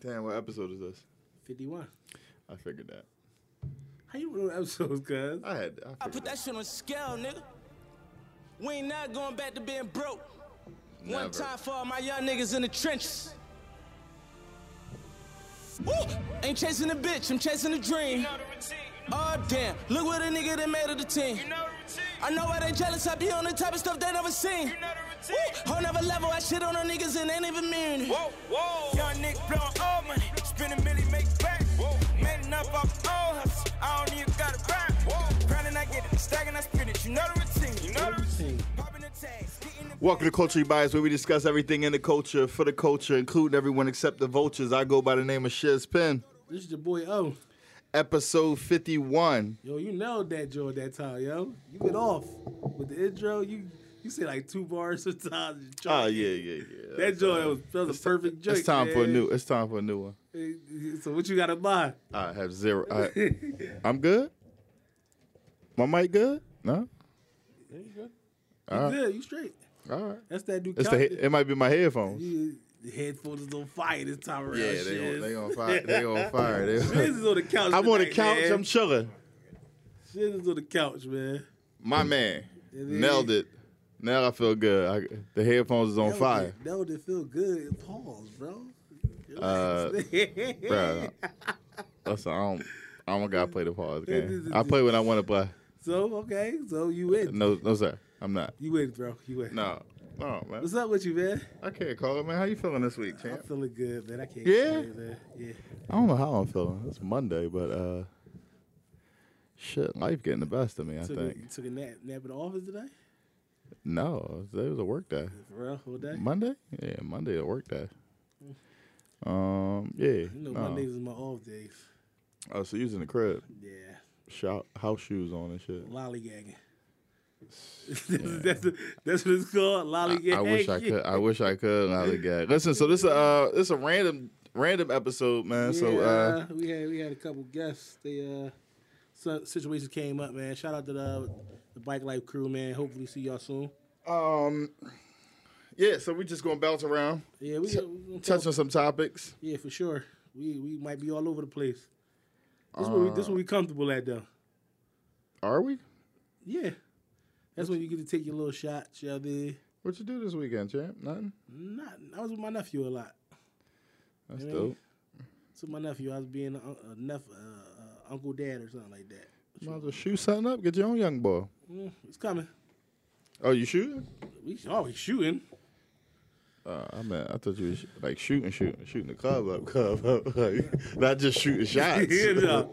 Damn, what episode is this? 51. I figured that. How you remember episodes, cuz? I had. I, I figured put that shit on scale, nigga. We ain't not going back to being broke. Never. One time for all my young niggas in the trenches. Woo! Ain't chasing a bitch, I'm chasing a dream. Oh damn, look what a nigga that made of the team. I know why they jealous, I be on the type of stuff they never seen. Woo! Whole never level, I shit on them niggas and they ain't even mean it. Whoa, whoa. Young nigga blowing all money. Spend a million, make back. Whoa. Man up off all hustle. I don't even gotta rhyme. Whoa. Grinding, I get it. Stacking, I spin it. You know the routine. You know the routine. Popping the tags. Getting the Welcome to Culture Bias, where we discuss everything in the culture, for the culture, including everyone except the vultures. I go by the name of Shiz Pen. This is your boy O. Episode 51. Yo, you nailed that Joe at that time, yo. You went off with the intro. You you said like two bars sometimes. You Oh, tried- yeah, yeah, yeah. That joint was, that was a perfect joint. It's time for a man. new. It's time for a new one. So what you gotta buy? I have zero. I, I'm good. My mic good? No. There you go. You All right. good? You straight? All right. That's that dude. Uh-huh. It's the. he- It might be my headphones. the headphones is on fire this time around. Yeah, they on, Shiz. they on fire. They on fire. They Shiz is on the couch. I'm on the tonight, couch. man. I'm chilling. Shiz is on the couch, man. My man It is. nailed it. Now I feel good. I, the headphones is on That fire. would- That would feel good. Pause, bro. Uh, Bruh. Listen, I don't. I don't gotta play the pause game. I play when I want to play. so okay, so you win. Uh, No, no, sir. I'm not. You win, bro. You win. No, no, man. What's up with you, man? I can't call it, man. How you feeling this week, I'm champ? feeling good, man. I can't. Yeah? complain, man. Yeah. I don't know how I'm feeling. It's Monday, but uh, shit, life getting the best of me. I Took a, think. took a nap, nap in the office today. No, it was a work day. For real, whole day. Monday? Yeah, Monday a work day. Um, yeah. you Mm. know, no. Mondays is my off days. Oh, so you was in the crib, Yeah. shop, house shoes on and shit. Lollygagging. that's, that's what it's called, lollygagging. I wish I could. I wish I could. Lollygag. Listen, so this uh this a random random episode, man. So uh Yeah, we had we had a couple guests. They uh, some situations came up, man. Shout out to the the bike life crew, man. Hopefully, see y'all soon. um yeah, so we just gonna bounce around, Yeah, we, we gonna touch talk- on some topics. Yeah, for sure. We we might be all over the place. This is where we, this where we comfortable at though. Are we? Yeah, that's when you get to take your little shots. Yeah, there. What you do this weekend, champ? Nothing. Not I was with my nephew a lot. That's Yeah. dope. So my nephew, I was being a, a nephew, uh, uh, uncle dad or something like that. Might as well shoot something up. Get your own young boy. Mm, it's coming. Oh, you shooting? We always shooting. Uh, I mean, I thought you was sh- like shooting, shooting, shooting the club up, club up, like, not just shooting shots. Yeah, no,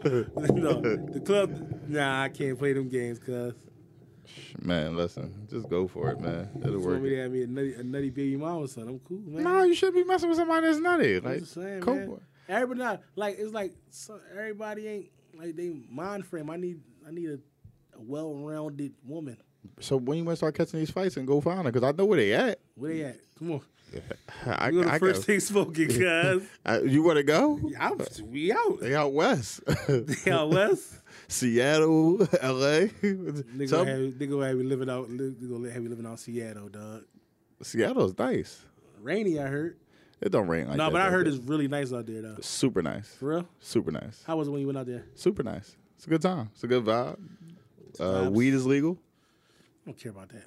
no. The club, nah, I can't play them games, cuz. Man, listen, just go for it, man. It'll Want work. me to have me a nutty, a nutty baby mom or something. I'm cool, man. No, you should be messing with somebody that's nutty. I'm Like, just saying, cool. man. Everybody, not, like, it's like so, everybody ain't, like, they mind frame. I need, I need a, a well rounded woman. So when you want to start catching these fights and go find them, because I know where they at. Where they at? Come on. I, You know I the first thing smoking, cuz. I- you want to go? I'm, we out. They out west, Yeah, Wes. Seattle, L.A. They Some- gonna, have, they gonna have me living out. They gonna have me living out Seattle, dog. Seattle's nice. Rainy, I heard. It don't rain like No, that. but I though. heard it's really nice out there, though. super nice, For real? super nice, How was it when you went out there? super nice. It's a good time. It's a good vibe. Uh, Vibes. weed is legal. I don't care about that.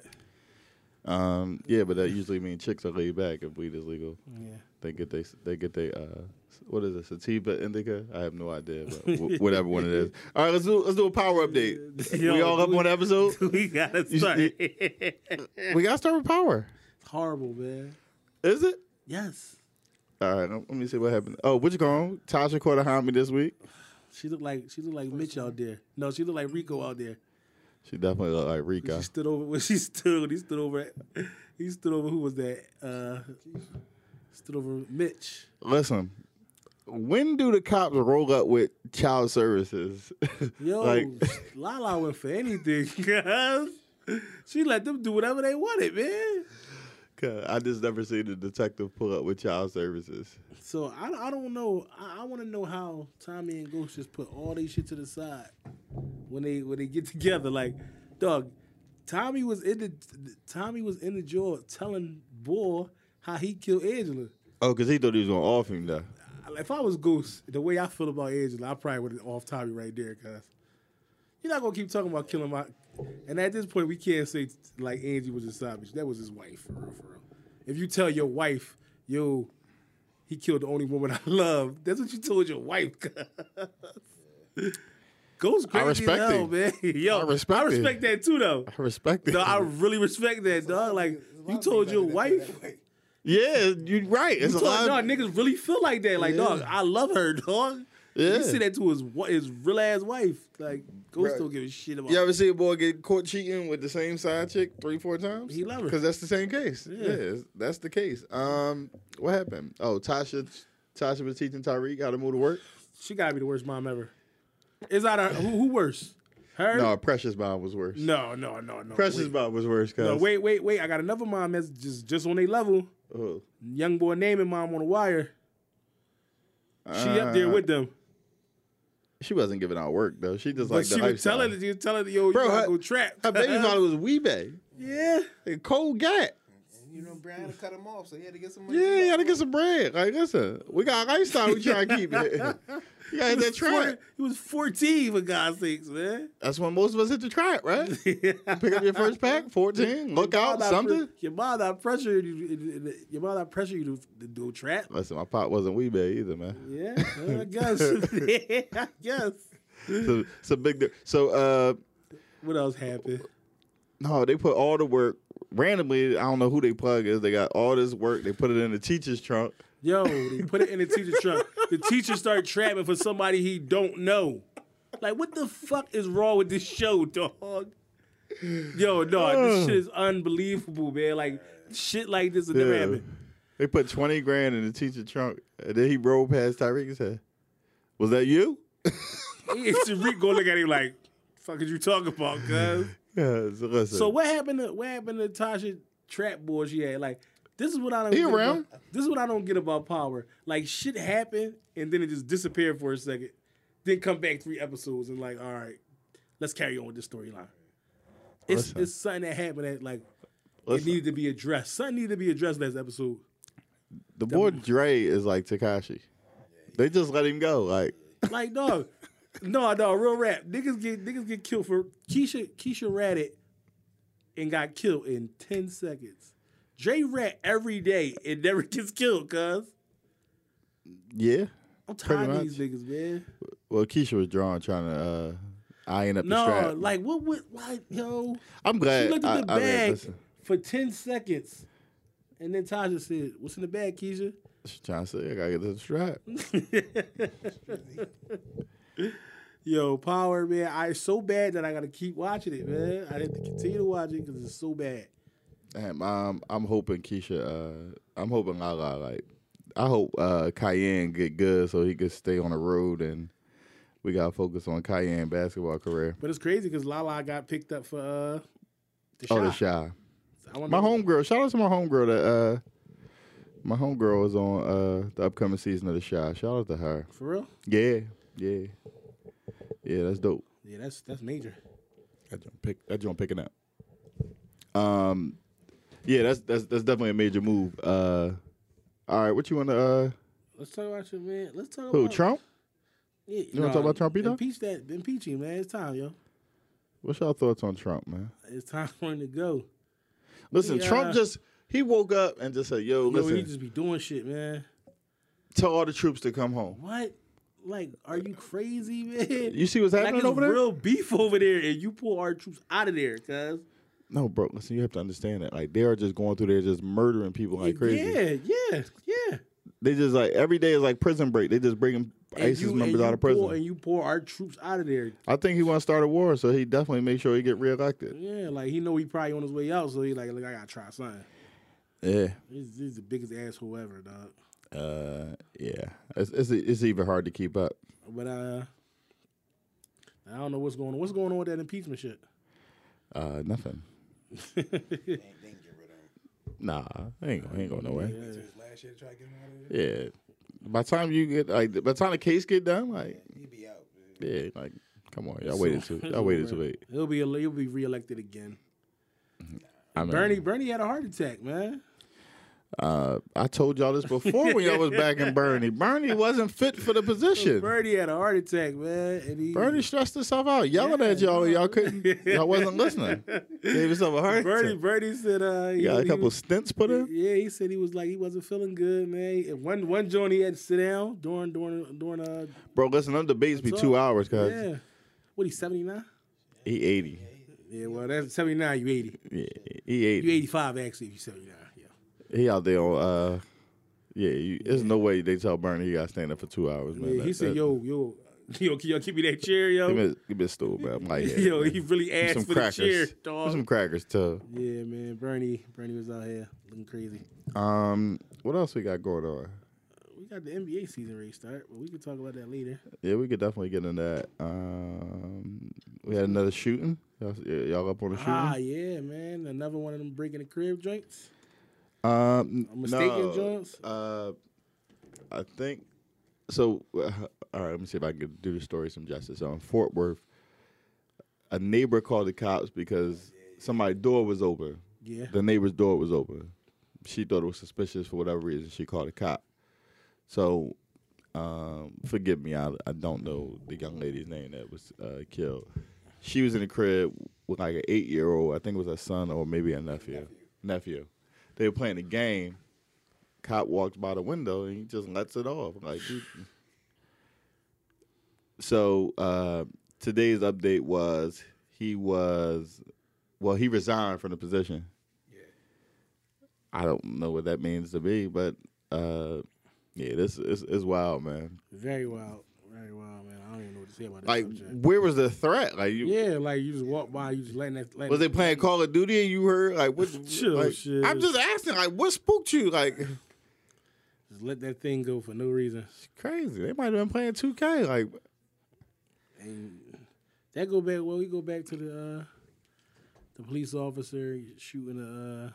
Um, yeah, but that usually means chicks are laid back if weed is legal. Yeah. They get they they get they uh what is it sativa indica? I have no idea, but w- whatever one it is. All right, let's do let's do a power update. we Yo, all up we- on the episode. we gotta You- start. you- it's we gotta start with power. horrible, man. Is it? Yes. All right, let me see what happened. Oh, what you call him? Tasha caught a homie this week. She looked like she looked like Mitch out there. No, she looked like Rico out there. She definitely looked like Rico. She stood over when she stood. He stood over. He stood over. Who was that? Uh, stood over Mitch. Listen, when do the cops roll up with child services? Yo, like, Lala went for anything. Cause she let them do whatever they wanted, man. 'cause I just never seen the detective pull up with child services. So I, I don't know. I, I want to know how Tommy and Ghost just put all they shit to the side when they when they get together. Like, dog, Tommy was in the Tommy was in the jail telling Boy how he killed Angela. Oh, because he thought he was gonna off him though. if I was Goose, the way I feel about Angela, I probably would have off Tommy right there, cause you're not gonna keep talking about killing my. And at this point, we can't say like Angie was a savage. That was his wife, for real, for real. If you tell your wife, yo, he killed the only woman I love, that's what you told your wife. cuz. Goose crazy respect as hell, him. man. Yo, I respect I it. respect that too, though. I respect it. No, I really respect that, dog. Like you told your wife. yeah, you're right. It's a So, lot. dog, niggas really feel like that. Like, dog, I love her, dog. Yeah. You see that to his wa- his real ass wife. Like, Ghost Bruh. don't give a shit about. You ever see a boy get caught cheating with the same side chick three, four times? He love her. because that's the same case. Yeah. Yeah. it's- that's the case. Um, what happened? Oh, Tasha, Tasha was teaching Tyreek how to move to work. She gotta be the worst mom ever. Is that her? Who, who worse? Her? No, Precious Bob was worse. no, no, no, no. Precious wait. Bob was worse. Cause No, wait, wait, wait. I got another mom that's just just on their level. Oh. Young boy naming mom on the wire. She up there Uh, with them, She wasn't giving out work though. She just but like the she was lifestyle. telling, she was telling, yo, Bro, you gotta her- go trap. Her baby father was Weebay. yeah. And Cold Gat. You know, Brian had to cut him off, so he had to get some money. Yeah, you gotta get some bread. Like, listen, we got a lifestyle we trying to keep. it. You gotta hit that Four- trap. He was 14 for God's sakes, man. That's when most of us hit the trap, right? Pick up your first pack, 14, look Your mom out, not something. pre- your mom not pressure you. Your mom not pressure you to, to do trap. Listen, my pop wasn't Weebay either, man. Yeah, well, I guess. I guess. It's a, it's a big di- So, uh, What else happened? no, they put all the work randomly. I don't know who they plug is. They got all this work. They put it in the teacher's trunk. Yo, they put it in the teacher trunk. The teacher start trapping for somebody he don't know. Like, what the fuck is wrong with this show, dog? Yo, dog, this shit is unbelievable, man. Like, shit like this would never Yeah. happen. They put 20 grand in the teacher's trunk. And then he rolled past Tyreek's head. Was that you? Tariq gonna look at him like, "Fuck, is you talking about, cuz?" Yeah, so listen. So what happened to what happened to Tasha trap boy she had? Like this is what I don't He get around. About, this is what I don't get about power. Like shit happened and then it just disappeared for a second. Then come back three episodes and like, all right, let's carry on with the storyline. It's Listen. it's something that happened that like Listen. it needed to be addressed. Something needed to be addressed last episode. The boy Dre is like Takashi. They just let him go. Like Like dog, no, no, real rap. Niggas get niggas get killed for Keisha. Keisha ratted and got killed in ten seconds. Jay rat every day and never gets killed, cuz. yeah. I'm Pretty tired of these much. niggas, man. Well, Keisha was drawn trying to uh, iron up the No, strap. like what would why yo? I'm glad. She looked I- at the I mean, bag listen, for ten seconds. And then Taja said, What's in the bag, Keisha? she trying to say I gotta get the strap. Yo, Power, man. I it's so bad that I gotta keep watching it, man. I have to continue to watch it because it's so bad. And um, I'm hoping Keisha. Uh, I'm hoping Lala. Like I hope uh, Cayenne get good so he could stay on the road and we gotta focus on Cayenne basketball career. But it's crazy because Lala got picked up for uh, the shot. Oh, the shy. I wonder- My homegirl. Shout out to my homegirl that. Uh, my homegirl is on uh, the upcoming season of the Shy. Shout out to her. For real? Yeah, yeah, yeah. That's dope. Yeah, that's that's major. That joint, pick, that joint picking up. Um, yeah, that's that's that's definitely a major move. Uh, all right, what you want to? Uh, Let's talk about your man. Let's talk who about Trump? Yeah, You wanna talk about Trumpito? Impeach that. Impeach him, man. It's time, yo. What's y'all thoughts on Trump, man? It's time for him to go. Listen, Yeah. Trump just he woke up and just said, "Yo, Yo, listen, he just be doing shit, man. tell all the troops to come home." What? Like, are you crazy, man? You see what's like happening it's over there? real beef over there, and you pull our troops out of there, cuz. No, bro. Listen, you have to understand that. Like they are just going through there, just murdering people like crazy. Yeah, yeah, yeah. They just like every day is like prison break. They just bring 'em- ISIS you- members you out of prison. Pull, and you pull our troops out of there. I think he want to start a war, so he definitely make sure he get reelected. Yeah, like he know he probably on his way out, so he like, look, I gotta try something. Yeah. He's, he's the biggest asshole ever, dog. Uh, yeah, it's, it's it's even hard to keep up. But uh, I don't know what's going on. What's going on with that impeachment shit? Uh, nothing. They ain't get rid of Nah, ain't going ain't going nowhere. him. Just last year to try to get him out of there. Yeah. By the time you get like, by the time the case get done, like, He be out. Man. yeah, like, come on, y'all waited too, y'all waited too late. He'll be ele- he'll be reelected again. I mean, Mm. Bernie Bernie had a heart attack, man. Uh, I told y'all this before when y'all was back in Bernie. Bernie wasn't fit for the position. Birdie had a heart attack, man. And he, Bernie stressed himself out, yelling at y'all, and y'all couldn't, y'all wasn't listening. Gave himself a heart Birdie, attack. Birdie said, uh, He he, got a he couple was- stints put in. yeah, he said he was like he wasn't feeling good, man. And one one joint he had to sit down during during during uh Bro, listen, them debates be That's two all. hours, cause yeah. What he seventy nine? he eighty. Yeah, well that's seventy nine. You eighty. Yeah, he You eighty. eighty five actually. If you seventy nine. Yeah. He out there on. Uh, yeah, you, there's no way they tell Bernie he got to stand up for two hours, man. Yeah, he That- said, that- "Yo, yo, yo, can y'all give me that chair, He yo, been, he been stupid, man. I'm like, yeah, yo." man. He really Give me asked for the chair, crackers. Give me dog. Some crackers too. Yeah, man, Bernie, Bernie was out here looking crazy. Um, what else we got going on? We got the NBA season restart, but we can talk about that later. Yeah, we could definitely get into that. Um, we had another shooting. Y'all, y'all up on the shooting? Ah, yeah, man, another one of them breaking the crib joints. Um, Ah, A mistaken no, joints? Uh, I think so. Uh, all right, let me see if I can do the story some justice. On Fort Worth, a neighbor called the cops because somebody's door was open. Yeah. the neighbor's door was open. She thought it was suspicious for whatever reason. She called the cop. So, um, forgive me, I I don't know the young lady's name that was uh, killed. She was in the crib with like an eight year old. I think it was her son or maybe a nephew. Nephew. They were playing a game. Cop walked by the window and he just lets it off. Like, he- so uh, today's update was he was well he resigned from the position. I don't know what that means to me, but uh, yeah, this is is wild, man. Very wild, very wild, man. I don't even know what to say about that. Like, subject. where was the threat? Like, you, yeah, like you just walk by, you just letting that. Letting was they playing Call of Duty and you heard like what? Chill, like, shit. I'm just asking, like, what spooked you? Like, Just let that thing go for no reason. crazy. They might have been playing 2K. Like, That go back. Well, we go back to the uh, the police officer shooting a uh,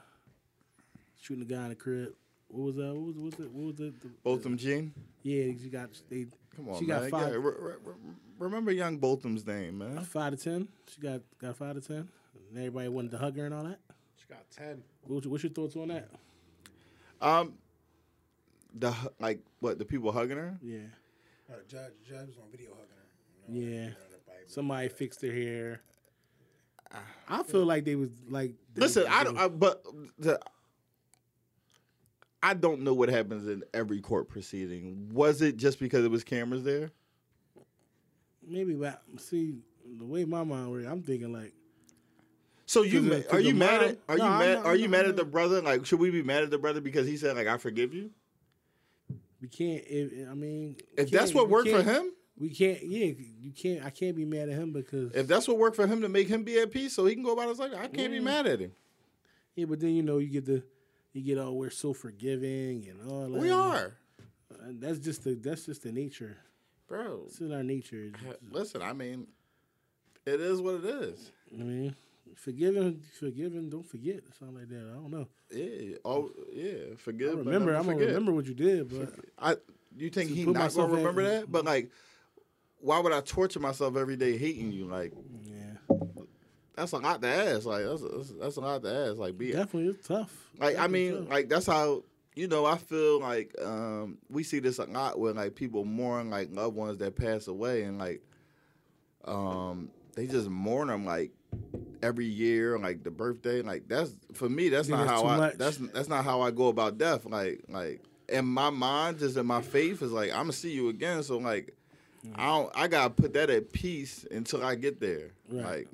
shooting a guy in the crib. What was that? What was what was it? What was it? The, Botham Jean. yeah, she got they. Come on, she man. got Yeah, five re- re- re- remember young Botham's name, man. five to ten. She got got five to ten. And everybody wanted to hug her and all that. She got ten. What's, what's your thoughts on that? Um, the hu- like what the people hugging her. Yeah, Or Uh, judge, judge was on video hugging her. You know, yeah. you know, the Bible. Somebody fixed her hair. uh, I feel like they was like. they- Listen, I they- don't. I, but the, I don't know what happens in every court proceeding. Was it just because it was cameras there? maybe, but see the way my mind works, I'm thinking like. So you Cause the- ma- cause are the you mad? mom- At, are No, you I'm mad? not- are you I'm mad not- at the brother? Like, should we be mad at the brother because he said like I forgive you? We can't. If, I mean, we If that's can't- what we worked for can't- him, we can't. Yeah, you can't. I can't be mad at him because. if that's what worked for him to make him be at peace, so he can go about his life, I can't Mm. be mad at him. yeah, but then you know you get the, you get all we're so forgiving and all that. We are, And that's just the that's just the nature. bro. It's in our nature. Listen, I mean, it is what it is. I mean, forgiving, forgiving. Don't forget something like that. I don't know. Yeah, all, yeah. Forgive. I but remember. never I'm gonna forget. remember what you did, but I you think he put not myself gonna in- Mm-hmm. remember that? But like, why would I torture myself every day hating you? Like yeah, that's a lot to ask. Like that's that's, that's a lot to ask. Like be definitely it's tough. like I Definitely mean tough. like that's how you know I feel like um we see this a lot when like people mourn like loved ones that pass away and like um they just mourn them like every year like the birthday like that's for me that's Think not that's how too I much? that's that's not how I go about death like like in my mind just in my faith is like I'm gonna see you again so like Mm-hmm. I don't I gotta put that at peace until I get there Right. like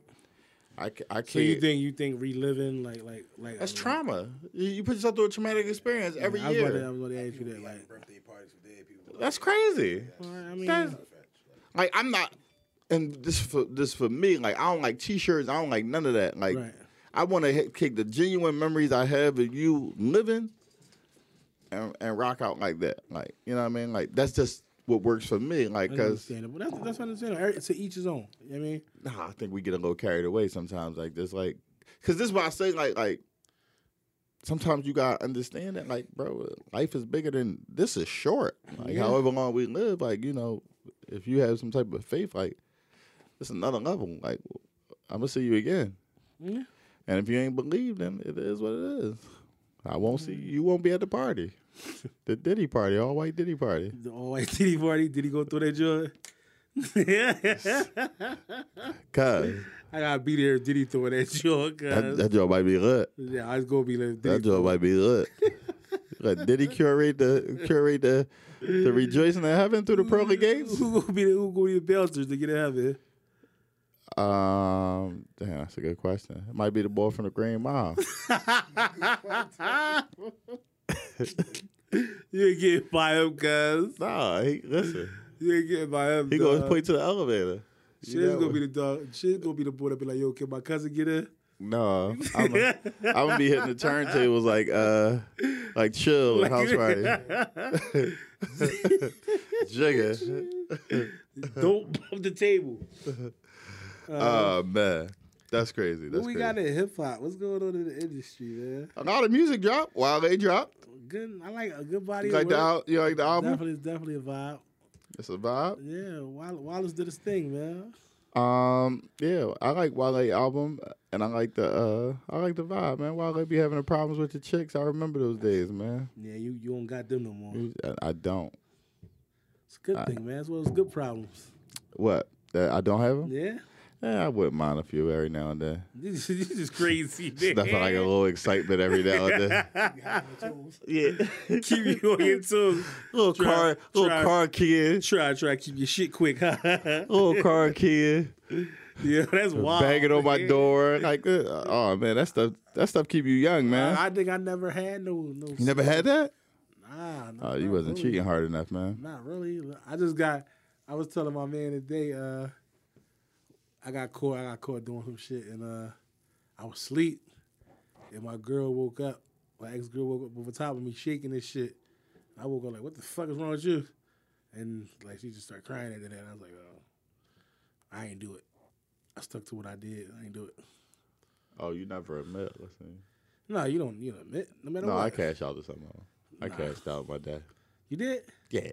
I ca- I can't so you think you think reliving like like like that's like, trauma. You- You put yourself through a traumatic experience every I was about to, I year. was about to ask you People that be having like. birthday parties for dead people. That's crazy. I mean, That's- like I'm not, and this for this for me. Like I don't like t-shirts. I don't like none of that. Like Right. I want to kick the genuine memories I have of you living, and and rock out like that. Like you know what I mean. Like that's just what works for me. Like That's because understandable. That's, that's understandable. Every- To each his own. You know what I mean, nah, I think we get a little carried away sometimes. Like this, like because this is why I say like like sometimes you gotta understand that like bro, life is bigger than this is short. Like Yeah. however long we live, like you know, if you have some type of faith, like it's another level. Like I'm gonna see you again. Yeah. And if you ain't believe, then it is what it is. I won't Mm. see you. Won't be at the party, the Diddy party, all white Diddy party. The all white titty party. Did he go through that joint? yeah. Cause I gotta be there. Did he throw that joint? that, Cause that joint might be lit. yeah, I was gonna be like, That Diddy- joint might be lit. Like, did he curate the curate the the rejoicing in heaven through the pearly gates? who gonna be the, who gonna be the bouncers to get out of it? Um, damn, that's a good question. It might be the boy from the Green Mile. You ain't getting by him, cuz. nah, he listen. You ain't getting by him. He goes dawg. point to the elevator. Shit's gonna be the dog. Shit's gonna be the boy that be like, yo, can my cousin get in? No, I'm gonna be hitting the turntables like uh, like chill like, house party, jigga. Don't bump the table. Oh man, that's crazy. That's What we crazy. got in hip hop? What's going on in the industry, man? A lot of music dropped. While they dropped, Good. I like a good body. you of like the work. al- you like the album. Definitely, it's definitely a vibe. It's a vibe. Yeah, Wall- Wallace did his thing, man. Um, yeah, I like Wale album, and I like the uh, I like the vibe, man. Wale be having the problems with the chicks. I remember those days, man. Yeah, you you don't got them no more. I- I don't. It's a good thing, man. It's one of those good problems. What? That I don't have them? Yeah, Yeah, I wouldn't mind a few every now and then. this is, this is crazy. man. Nothing like a little excitement every now and then. yeah, keep you on your toes. little Try- car, little try- car kid, Try try to keep your shit quick. huh? little car kid, yeah, that's wild. banging on my man. door. Like, uh, oh man, that stuff, that stuff keep you young, man. Uh, I, I think I never had no no. you never had that? Nah, no, Oh, you not wasn't really. cheating hard enough, man. Not really. I just got. I was telling my man today. Uh, I got caught. I got caught doing some shit, and uh, I was asleep, and my girl woke up. My ex girl woke up over top of me, shaking this shit. I woke up like, "What the fuck is wrong with you?" And like, she just started crying after that. And I was like, "Oh, I ain't do it. I stuck to what I did. I ain't do it." Oh, you never admit. Listen. No, you don't. You don't admit. No matter No, what. I cashed out to something. else. I cashed out my dad. You did. Yeah.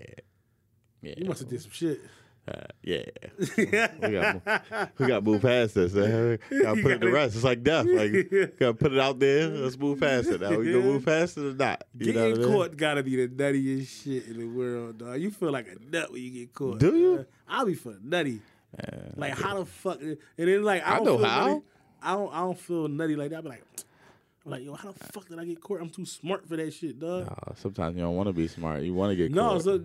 Yeah. You must have did some shit. Uh, yeah. we, got, we got to move past this. man. We got to put it to rest. It's like death. Like, got to put it out there. Let's move past it. Now, we going to move past it or not? You know Getting what I mean? caught gotta be the nuttiest shit in the world, dog. You feel like a nut when you get caught. Do you? dawg. I'll be feeling nutty. like how the fuck? And then like I, I don't know feel how. nutty- I don't. I don't feel nutty like that. I be like, I'm like yo, how the fuck did I get caught? I'm too smart for that shit, dog. Uh, sometimes you don't want to be smart. You want to get No, caught. so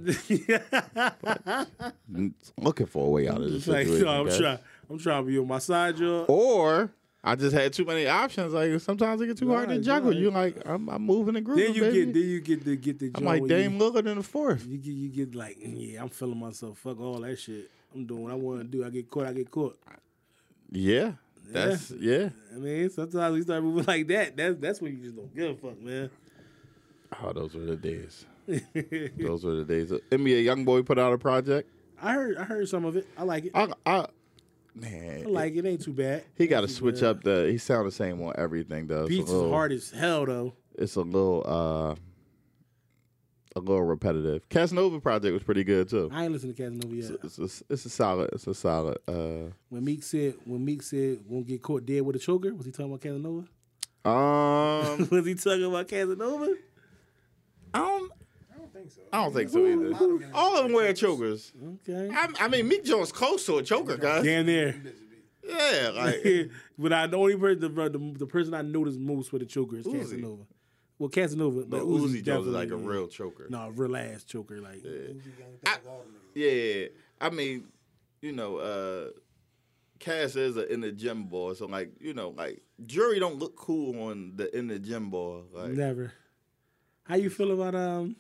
Mm, looking for a way out of this it's like situation. no, I'm guys. trying. I'm trying to be on my side, yo. Oh, Or I just had too many options. Like sometimes it get too hard to Nah, juggle. nah. You like I'm, I'm moving and grooving. Then you baby. get. Then you get the get the. I'm joint like where you- Dame Lillard in the fourth. You get, you get like, yeah, I'm feeling myself. Fuck all that shit. I'm doing what I want to do. I get caught. I get caught. Yeah, that's yeah. I mean, sometimes we start moving like that. That's that's when you just don't give a fuck, man. Oh, those were the days. those were the days. NBA YoungBoy put out a project. I heard I heard some of it. I like it. I I, I man, like it. Ain't too bad. he got to switch up the. He sound the same on everything though. It's Beats a is little, hard as hell though. It's a little, uh, a little repetitive. Casanova project was pretty good too. I ain't listened to Casanova yet. It's a, it's a solid. It's a solid. Uh, When Meek said when Meek said won't get caught dead with a choker, was he talking about Casanova? um, was he talking about Casanova? I don't. I don't think so. I don't think so either. All of them wear chokers. Okay. I, I mean, Meek Jones close to a choker, guys. Damn there. Yeah, like but I the only person the, the, the person I noticed most with a choker is Uzi. Casanova. Well, Casanova, but, But Uzi, Uzi Jones is definitely, like a yeah. real choker. no real ass choker like. Yeah, I mean, you know, uh Cass is a in the gym boy, so like, you know, like jury don't look cool on the in the gym boy. Like, Never. How you feel about um,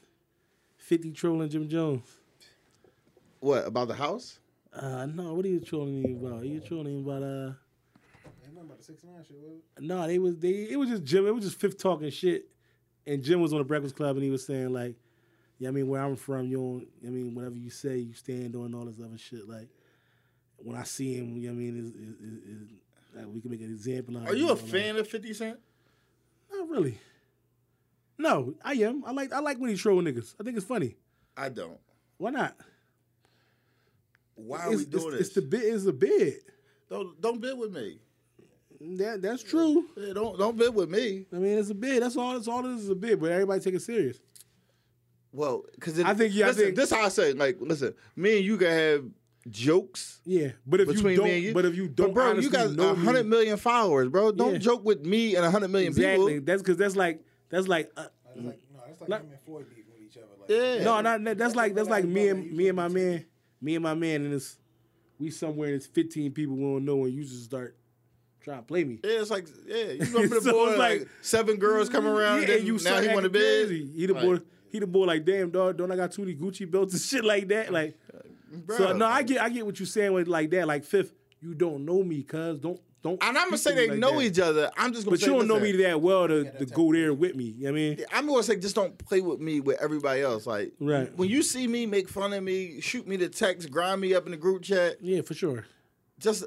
Fifty trolling Jim Jones? what about the house? Uh, no, what are you trolling him about? You trolling him about uh? No, they was they. It was just Jim. It was just Fifth talking shit, and Jim was on the Breakfast Club and he was saying like, yeah, I mean where I'm from, you don't. I mean whatever you say, you stand on all this other shit. Like when I see him, you know what I mean, is is, is, like, we can make an example. out Are of you him, a like- fan of Fifty Cent? Not really. No, I am. I like I like when he troll niggas. I think it's funny. I don't. Why not? Why are we it's, doing it's, this? It's the bid. It's the bid. don't don't bid with me. That that's true. Yeah, don't don't bid with me. I mean, it's a bid. That's all. That's all. This is a bid, but everybody take it serious. Well, because I think- yeah, I listen, think- this how I say. it, Like, listen, me and you can have jokes Yeah, but if between you don't, me and you. but if you don't, bro, honestly you got know a hundred me- million followers, bro. Don't Yeah. joke with me and a hundred million Exactly. people. That's because that's like that's like uh, That's like, no, that's like, Like- him and Floyd beefing with each other. Like, Yeah. no, not that- that's like that's like me You and me and my man, me and my man, and it's we somewhere and it's fifteen people we don't know, and you just start trying to play me. Yeah, it's like yeah, you remember So the it's boy like, like- seven girls come around Yeah, and then you now start he want to acting bid. crazy. He the Like, boy. He the boy. Like damn dog, don't I got two of these Gucci belts and shit like that? Like, Bro, so no, I get I get what you're saying with like that. Like fifth, you don't know me, cuz don't don't. And I'm gonna speak say to me they like know that. each other. I'm just gonna but say, you don't know me listen, that well to, to go there with me. You know what I mean, I'm gonna say just don't play with me with everybody else. Like Right. when you see me, make fun of me, shoot me the text, grind me up in the group chat. yeah, for sure. Just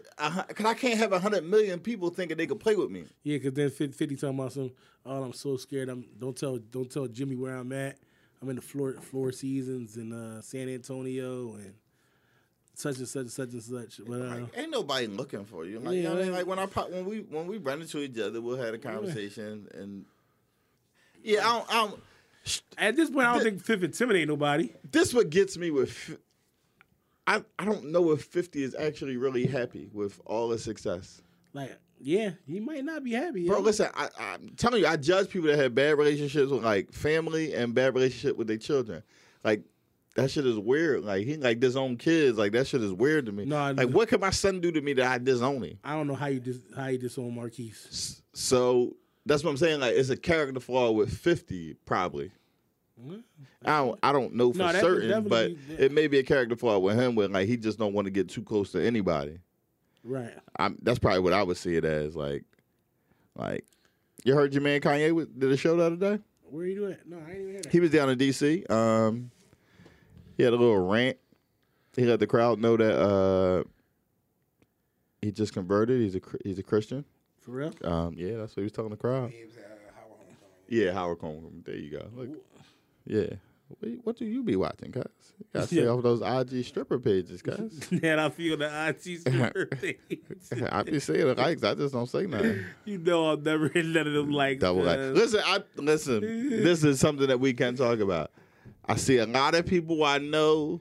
because I can't have hundred million people thinking they could play with me. Yeah, because then 50, 50 talking about some. Oh, I'm so scared. I'm don't tell don't tell Jimmy where I'm at. I'm in the floor floor seasons in uh, San Antonio and such and such such and such. But uh, Like, ain't nobody looking for you. Like, Yeah, you know what I mean? right. like when I pop, when we when we run into each other, we'll have a conversation and yeah, I don't, I don't, at this point, I don't think Fifth intimidate nobody. this what gets me with. f- I I don't know if fifty is actually really happy with all the success. Like, yeah, he might not be happy. Bro, yo. listen, I, I'm telling you, I judge people that have bad relationships with like family and bad relationship with their children. Like that shit is weird. Like he like disown kids. Like that shit is weird to me. No, I- like what could my son do to me that I disown him? I don't know how you dis- how you disown Marquise. S- So that's what I'm saying. Like it's a character flaw with 50 probably. I don't, I don't know for No, Mm-hmm. that could certain, but definitely- it may be a character flaw with him. Where like he just don't want to get too close to anybody. Right. I'm, that's probably what I would see it as. Like, like you heard your man Kanye with, did a show the other day. Where you at? No, I ain't even hear that. He was down in D.C. Um, he had a little rant. He let the crowd know that uh, he just converted. He's a Chr- he's a Christian. For real? Um, yeah, that's what he was telling the crowd. Babes, uh, how I'm coming. Yeah, Howard Cohen. There you go. Look. Yeah. What, what do you be watching, guys? You gotta stay Yeah. off those IG stripper pages, guys. Man, I feel the IT birthday. I be saying the likes. I just don't say nothing. you know I'm never in none of them like Double like. that. Listen, I listen. This is something that we can talk about. I see a lot of people I know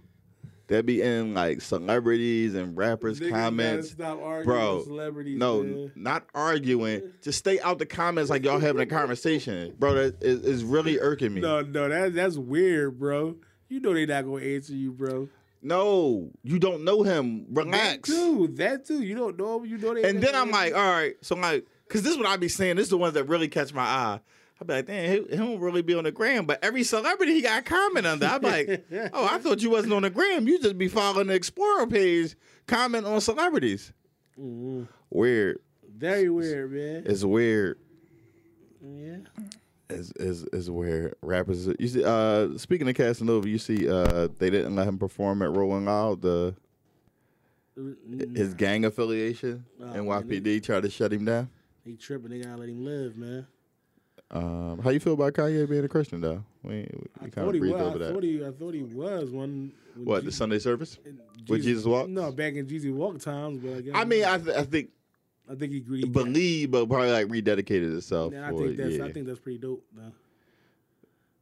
that be in like celebrities and rappers Niggas comments. gotta stop arguing Bro, with celebrities, no, man. not arguing. Just stay out the comments like y'all having a conversation, bro. That is, is really irking me. No, no, that that's weird, bro. You know they not gonna answer you, bro. No, you don't know him. Relax. Dude, that too. You don't know him. You know they. And then I'm like, all right. So I'm like, because this is what I be saying. This is the ones that really catch my eye. I be like, damn, he, he don't really be on the gram. But every celebrity he got a comment under. I'm like, oh, I thought you wasn't on the gram. You just be following the Explorer page, comment on celebrities. Weird. very weird, man. Mm, It's weird. Yeah. It's, it's, it's weird. Rappers. You see, uh, speaking of Casanova, you see, uh, they didn't let him perform at Rolling Loud. The Mm, his gang affiliation, and NYPD tried to shut him down. They tripping. They gotta let him live, man. Um, how you feel about Kanye being a Christian though? We, we, we I kind thought of he breezed was. over I thought that. he. I thought he was one. when What Je- the Sunday service? Jesus- with Jesus walked? No, back in Jesus walk times, but I guess I mean, I, th- I think I think he greedy. believe, but probably like rededicated itself. Yeah, I for- think that's. yeah. I think that's pretty dope. Though.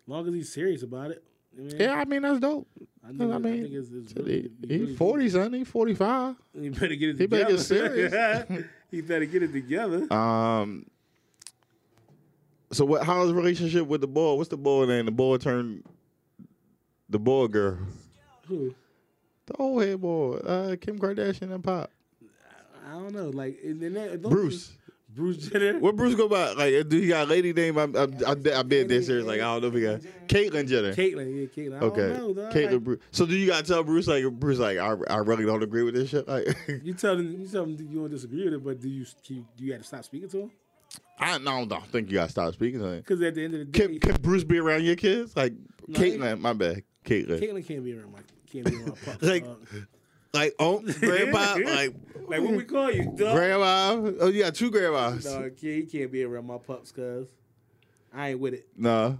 Long as he's serious about it. I mean, yeah, I mean that's dope. I, think, I I mean, think it's, it's Shit, really, he- it's really He's cool. forty, son. He's forty five. He better get it He better together. get serious. he better get it together. Um. So what? How's his relationship with the boy? What's the boy name? The boy turned the boy girl. Who? The old head boy, uh, Kim Kardashian and Pop. I don't know. Like and then that, those- Bruce. Bruce Jenner. What Bruce go by? Like, do he got a lady name? I'm, I'm, I'm, I'm being dead serious. Like, I don't know if he got Caitlyn Jenner. Caitlyn. Yeah, Caitlyn. I Okay, don't know, dog. Caitlyn. Like, Bruce. So do you gotta tell Bruce like Bruce like I, I really don't agree with this shit. Like, You tell them. You tell them you don't disagree with it, but do you can you, do you have to stop speaking to him? I no, don't think you gotta stop speaking to him. Because at the end of the Can, day, can Bruce be around your kids? Like No, Caitlyn, my bad, Caitlyn. Caitlyn can't be around my can't be around my pop. Like- dog. Like oh, grandpa, like like what we call you, dog? grandma. Oh, you got two grandmas. No, No, kid, he can't be around my pups, cuz I ain't with it. I,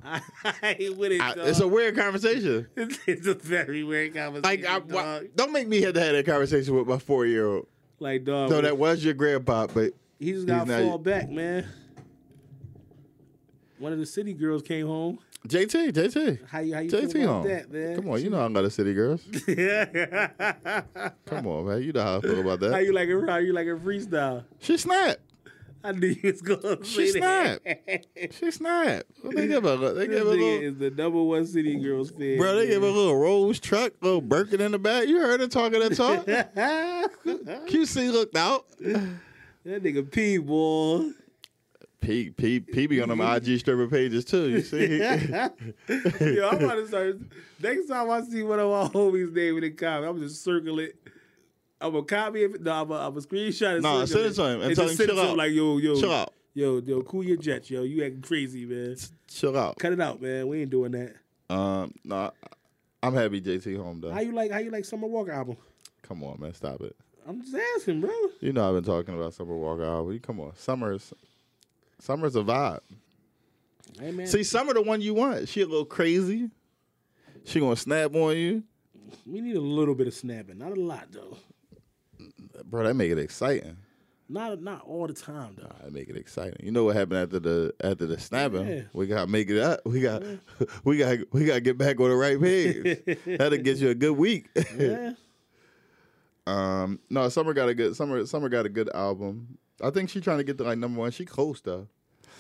ain't with it, I- dog. it's a weird conversation. it's, it's a very weird Like, conversation. I, Like, dog. why, don't make me have to have that conversation with my four year old. like dog. No, that was your grandpa, but He just got He's not- to fall back, man. One of the city girls came home. JT, JT. How you how you JT feel about home. that, man? Come on, you know I got a city girls. Yeah. Come on, man. You know how I feel about how that. you like it? How you like a freestyle? She snapped. I knew you was gonna She say that. snapped. She snapped. Well, They give her, they This give her a nigga little, is the number one city girls fan. bro. They give her a little Rolls truck, little Birkin in the back. You heard her talking that talk. QC looked out. that nigga P boy. P P P be on them IG stripper pages too. You see, Yo, I'm about to start. Next time I see one of my homies' name in the comment, I'm just circle it. I'm gonna copy it. No, I'm gonna, I'm gonna screenshot it. Nah, send circle it to him and tell just him, send it "Chill to out. Like yo, yo, chill out, yo, yo, cool your jets, yo. You acting crazy, man. chill out. Cut it out, man. We ain't doing that. Um, no, I- I'm happy JT home How though. you like? How you like Summer Walker album? Come on, man, stop it. I'm just asking, bro. You know I've been talking about Summer Walker all week. Come on, summer's summer's a vibe. Hey, man. See, summer the one you want. She a little crazy. She gonna snap on you, we need a little bit of snapping, not a lot though. bro. That make it exciting. Not not all the time though. I make it exciting. You know what happened after the after the snapping? Yeah. We gotta make it up. We got we got we gotta get back on the right page. That'll get you a good week. Yeah. um, no, Summer got a good Summer. Summer got a good album. I think she trying to get to like number one. She close though.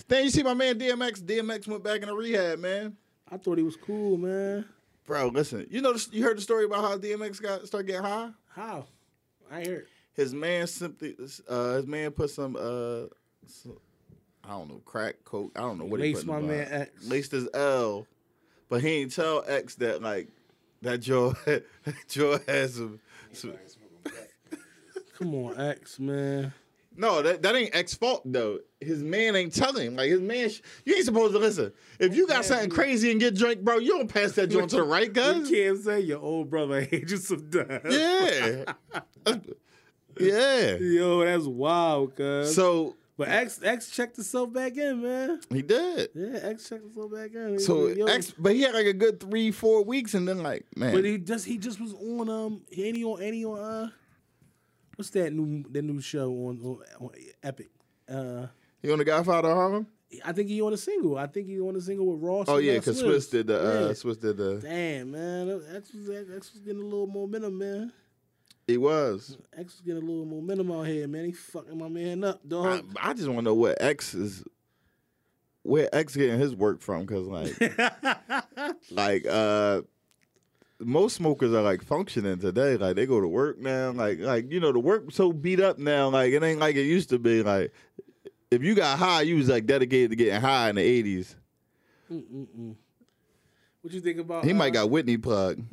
Then you see my man DMX. DMX went back in the rehab, man. I thought he was cool, man. Bro, listen. You know you heard the story about how DMX got started getting high. How? I heard. His man simply uh, his man put some uh, some- I don't know crack coke. I don't know what he Laced put in my the man bottle. X. Laced his L, but he ain't tell X that like that Joe Joe has him. So- Come on, X, man. no, that that ain't X's fault though. His man ain't telling him. Like his man, sh- you ain't supposed to listen. If you got something crazy and get drunk, bro, you don't pass that joint to the right, You guys. can't say your old brother hates you sometimes. Yeah, yeah. Yo, that's wild, cuz. So but X X checked himself back in, man. he did. Yeah, X checked himself back in. He So was like, yo, X, but he had like a good three, four weeks, and then like man, But he just he just was on um he ain't he on any on uh what's that new that new show on, on, on Epic? Uh he on the Godfather of Harlem. I think he on a single. I think he on a single with Ross. Oh and, yeah, uh, because Swiss. Swiss did the uh, Yeah. Swiss did the Damn man, X was X was getting a little momentum, man. it was. X was getting a little momentum out here, man. He fucking my man up, dog. I, I just want to know where X is, where X getting his work from? Because like, like uh, most smokers are like functioning today. Like they go to work now. Like like you know the work so beat up now. Like it ain't like it used to be. Like if you got high, you was like dedicated to getting high in the eighties. What you think about? He uh, might got Whitney plugged.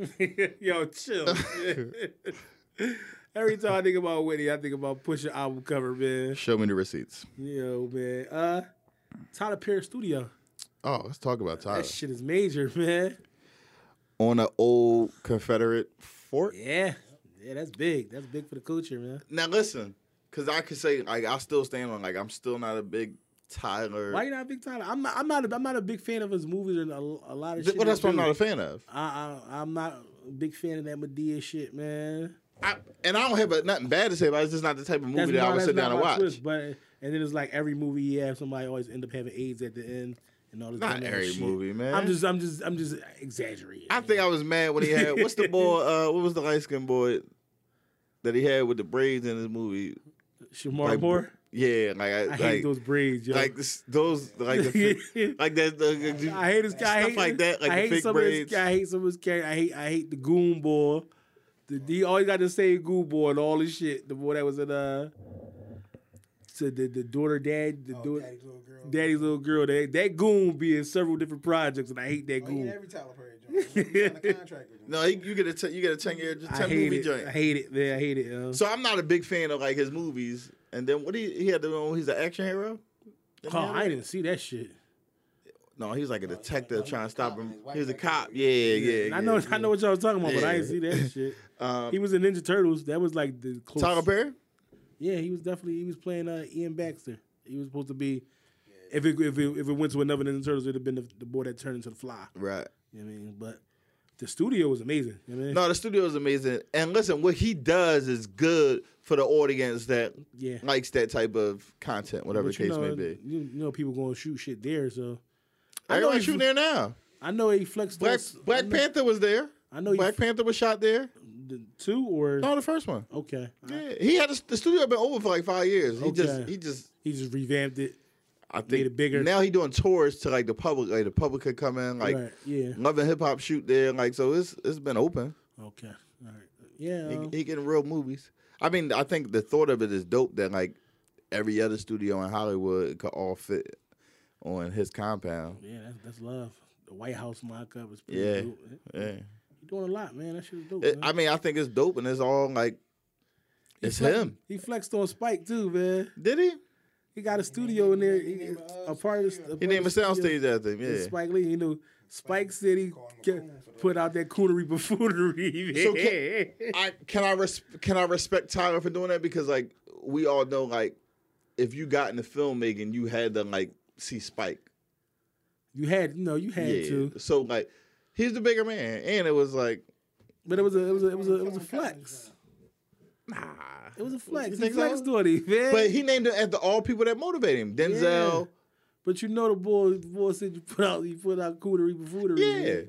Yo, chill. Every time I think about Whitney, I think about Pusha album cover, man. Show me the receipts. Yo, man. Uh, Tyler Perry Studio. Oh, let's talk about Tyler. That shit is major, man. on an old Confederate fort. Yeah, yeah, that's big. That's big for the culture, man. Now listen, because I could say like I still stand on like I'm still not a big Tyler. Why you not a big Tyler? I'm not. I'm not. A, I'm not a big fan of his movies and a, a lot of Th- shit. well, he that's what I'm do. not a fan of. I, I, I'm not a big fan of that Medea shit, man. I, and I don't have a, nothing bad to say about it. It's just not the type of movie That's that I not- would that's sit down not and my watch. twist, but and then it's like every movie he has, somebody always end up having AIDS at the end and all this. Not dumb ass every shit. movie, man. I'm just, I'm just, I'm just exaggerating. I think I was mad when he had what's the boy? Uh, what was the light skinned boy that he had with the braids in his movie? Shamar like, Moore. Yeah, like I, I like, hate those braids, yo. like this, those like the, like that. The, I hate his guy. I stuff hate, like that, like I the hate fake some Of braids. his, I hate some of his character. I hate. I hate the goon boy. The, he always got the same goon boy and all this shit. The boy that was in uh, to the the daughter dad, the Oh, daughter, Daddy's little girl. daddy's little girl. That that goon be in several different projects, and I hate that Oh, he in goon. every Tyler Perry joint. He signed a contract with him. No, he, you get a ten, you get a ten year I ten hate movie it. joint. I hate it. Man, I hate it. yo. So I'm not a big fan of like his movies. And then what he he had the one where he's an action hero. Didn't he oh, have I it? didn't see that shit. No, he was like a detective no, he trying to was a stop cop him. and his wife He was a back cop. then. Yeah, yeah. I know. yeah. I know what y'all was talking about, but I didn't see Yeah. that shit. Um, he was in Ninja Turtles. That was like the close. Tyler Perry. Yeah, he was definitely he was playing uh, Ian Baxter. He was supposed to be if it if it, if it went to another Ninja Turtles, it'd have been the, the boy that turned into the fly. Right. You know what I mean? But the studio was amazing. You know what I mean? No, the studio is amazing. And listen, what he does is good for the audience that Yeah. likes that type of content, whatever But the case you know, may be. You, you know, people going to shoot shit there. So I know Everybody he- shooting there now. I know he flexed Black us- I Black know- Panther was there. I know you- Black Panther was shot there. the two or No, the first one. okay. Yeah, he had a, the studio been open for like five years. He just Okay. he just He just revamped it. I think Made it bigger. Now he doing tours to like the public. Like the public could come in. Like Right, yeah. loving hip hop shoot there. Like so it's it's been open. Okay, all right. Yeah, He, um, he getting real movies. I mean, I think the thought of it is dope that like every other studio in Hollywood could all fit on his compound. yeah. That's, that's love. The White House mock-up is pretty Yeah, dope. yeah. He doing a lot, man. That shit is dope. It- man. I mean, I think it's dope, and it's all like He it's flexed- him. He flexed on Spike too, man. Did he? He got a studio in there. He, a part of the, He named a studio. soundstage after him. And Yeah. Spike Lee, you know, Spike said he ca- put out that coonery buffoonery. So can, I can I res- can I respect Tyler for doing that because like we all know like if you got into filmmaking you had to like see Spike you had, you know, you had yeah to, so like he's the bigger man and it was like but it was a, it was a, it was a, it was a flex. nah It was a flex. He think so? flexed on it, man. but he named it after all people that motivate him Denzel But you know the boy, the boy said you put out, you put out coonery buffoonery. yeah, man.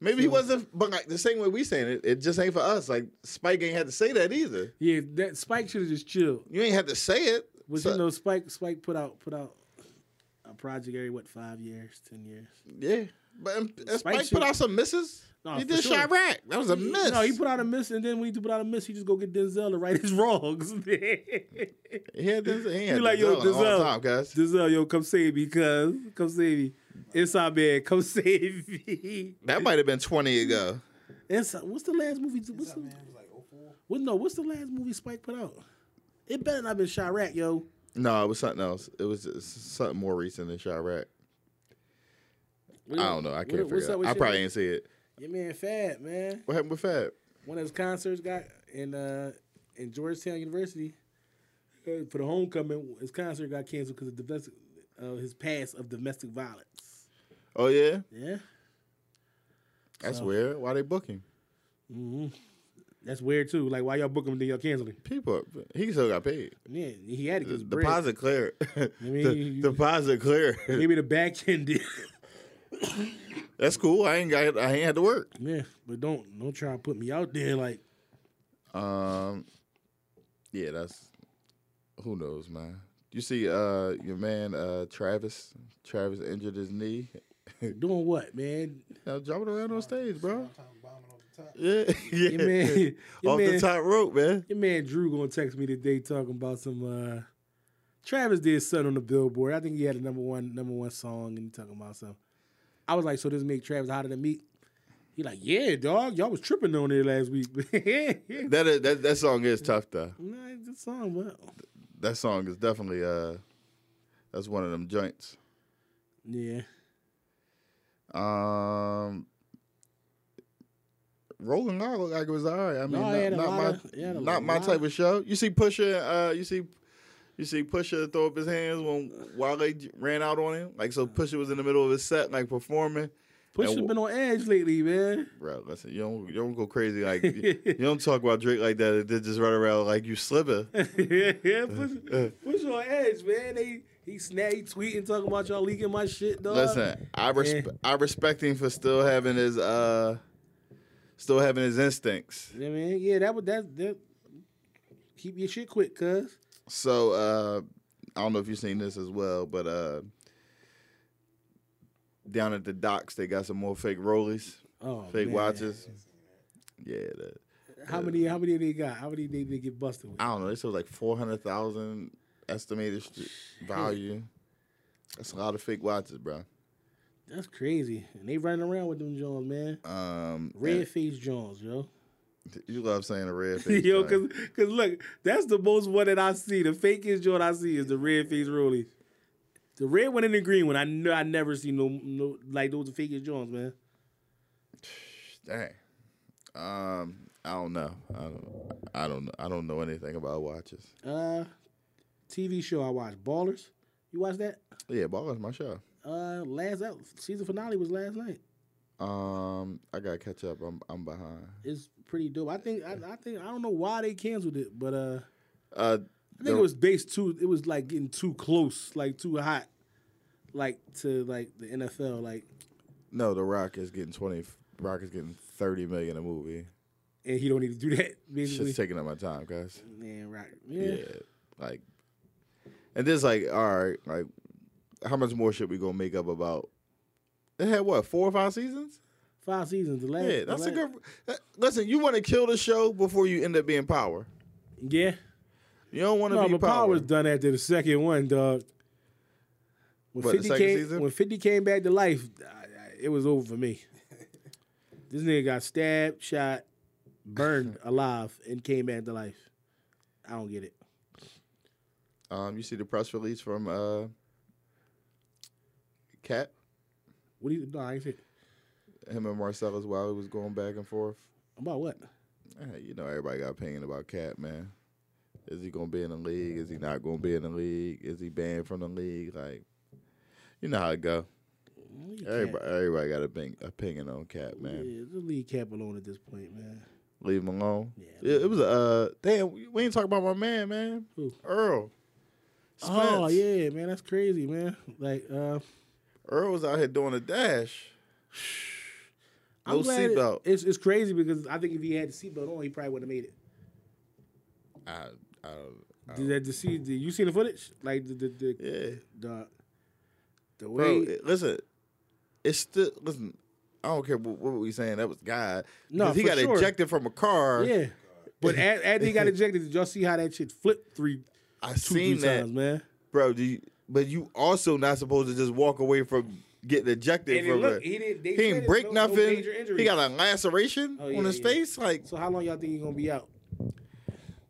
maybe he wasn't but like the same way we saying it it just ain't for us like Spike ain't had to say that either yeah. That Spike should have just chilled. you ain't had to say it But So- you know, Spike, Spike put out, put out a project every what five years, ten years. yeah but um, Spike should- put out some misses No, he for did sure. Chirac that was a miss No, he put out a miss, and then when he put out a miss, he just go get Denzel to right his wrongs. Denzel, He had this. He had You like, like, yo, yo, all Denzel. the time, guys. yo, come save me, cuz. Come save me. Inside man, come save me. That might have been 20 ago. Inside, what's the last movie? What's That the, man was like 04. what, no, what's the last movie Spike put out? It better not been Chirac, yo. No, it was something else. It was just something more recent than Chirac. I don't know. I What- can't figure what's up it out. with I your- probably ain't see it. Your man Fab, man. What happened with Fab? one of his concerts got in uh in Georgetown University uh, for the homecoming. His concert got canceled because of domestic uh, his past of domestic violence. Oh, yeah? Yeah, That's weird. Why they booking? that's weird too. Like why y'all book him then y'all cancel him? People, he still got paid. Yeah, he had to get his bread. Deposit clear. mean, De- you- deposit clear. Maybe the back end did. That's cool. I ain't got. I ain't had to work. yeah, but don't don't try to put me out there like Um, yeah, that's who knows, man. You see, uh, your man, uh, Travis. Travis injured his knee. doing what, man? Now jumping around on stage, bro. Time bombing off the top. Yeah, yeah. Your man, your Off man, the top rope, man. your man Drew gonna text me today talking about some. uh Travis did something on the Billboard. I think he had a number one number one song, and he talking about something. I was like, so this make Travis hotter than me? He like, yeah, dog. Y'all was tripping on it last week. yeah, That, is, that that song is tough though. good song, but That song is definitely uh, that's one of them joints. yeah, Um, Rolling Loud looked like it was all right. I mean, No, it had a not, not lot my of- it had a not my lot. type of show. You see Pusha, uh, you see. You see Pusha throw up his hands when Wale j- ran out on him. Like, so Pusha was in the middle of his set, like, performing. Push has And wh- been on edge lately, man. Bro, listen, you don't, you don't go crazy. Like, you, you don't talk about Drake like that. It just run around like you slipper. Oh. yeah, push, push on edge, man. They he snap, he tweeting talking about y'all leaking my shit, dog. Listen, I resp- yeah. I respect him for still having his uh still having his instincts. yeah, man. Yeah, that would that that keep your shit quick, cuz. So uh I don't know if you've seen this as well, but uh down at the docks they got some more fake rollies, Oh, fake man. watches. Yeah, the, How many? How many they got? How many they, they get busted with? I don't know. This was like four hundred thousand estimated st- value. That's a lot of fake watches, bro. That's crazy. And they running around with them Jones, man. Um, Red face Jones, yo. and you love saying a red face, yo, thing. cause, cause look, that's the most one that I see. The fakest joint I see is the red face rollies. The red one and the green one. I know I never see no no like those are the fakest Jones, man. Dang. Um, I don't know. I don't. I don't. I don't know anything about watches. Uh TV show I watched. Ballers. You watch that? Yeah, ball is my show. Uh last out season finale was last night. Um, I gotta catch up. I'm I'm behind. It's pretty dope. I think I, I think I don't know why they canceled it, but uh, Uh, I think it was based too. It was like getting too close, like too hot, like to like the NFL. Like, no. The Rock is getting twenty. Rock is getting thirty million a movie. and he don't need to do that. It's Basically, just taking up my time, guys. man, right? Yeah. Yeah. Like, and this like all right. Like, how much more should we gonna make up about? It had what four or five seasons. five seasons. The last, Yeah, the that's a last- good. uh, Listen, you want to kill the show before you end up being power. Yeah, You don't want to no, be but power. Power's done after the second one, dog. When What, the Fifty second came, season? when Fifty came back to life, I, I, it was over for me. this nigga got stabbed, shot, burned alive, and came back to life. I don't get it. Um, you see the press release from uh, Cat, What do you? No, I ain't said him and Marcellus while he was going back and forth. about what. Eh, you know, everybody got opinion about Cat, man. Is he gonna be in the league? Is he not gonna be in the league? Is he banned from the league? Like, you know how it go. Leave Cap- Everybody, everybody got a opin- opinion on Cat, man. Yeah, just leave Cap alone at this point, man. Leave him alone. Yeah. it, it was a uh, damn. We we ain't talking about my man, man. Who? Earl. Spence. Oh yeah, man, that's crazy, man. Like, uh, Earl was out here doing a dash. I'm No glad it- seatbelt. it's it's crazy because I think if he had the seatbelt on, he probably would have made it. I, I don't. I Did that? Did see? Did you see the footage? Like the the the Oh. Yeah, the, the bro. way. it- listen, it's still listen. I don't care what, what we saying. That was God. No, 'Cause he for got sure. ejected from a car. yeah. But a- after he got ejected, did y'all see how that shit flipped three, I two, seen three that, times, man? bro. Do you, but you also not supposed to just walk away from getting ejected And it from a- look, he didn't- they he said didn't it's break no- no nothing. major injuries. he got a laceration Oh, yeah, on his yeah. face. Like So how long y'all think he gonna be out?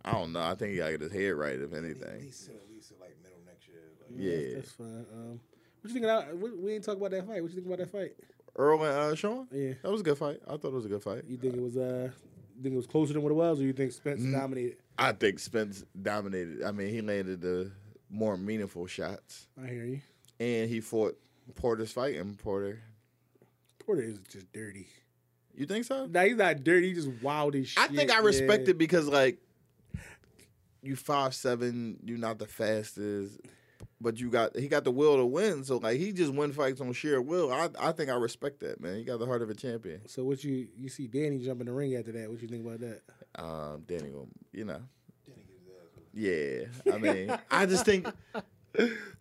I don't know. I think he got to get his head right, if At anything. least, at least like middle next year. Like, Yeah, That's, that's fine. Um, what you think about? We, we ain't talk about that fight. What you think about that fight? Earl and uh, Sean. Yeah. that was a good fight. I thought it was a good fight. You think it was uh, you think it was closer than what it was, or you think Spence Mm. dominated? I think Spence dominated. I mean, he landed the more meaningful shots. I hear you. and he fought Porter's fighting Porter. Porter is just dirty. You think so? Nah, he's not dirty. He's just wild as shit. I think I respect man. it because like you five seven, you not the fastest, but you got he got the will to win. So like he just win fights on sheer will. I I think I respect that man. He got the heart of a champion. So what you you see Danny jump in the ring after that? What you think about that? Um, Danny, will- you know, Then he gives that. yeah. I mean, I just think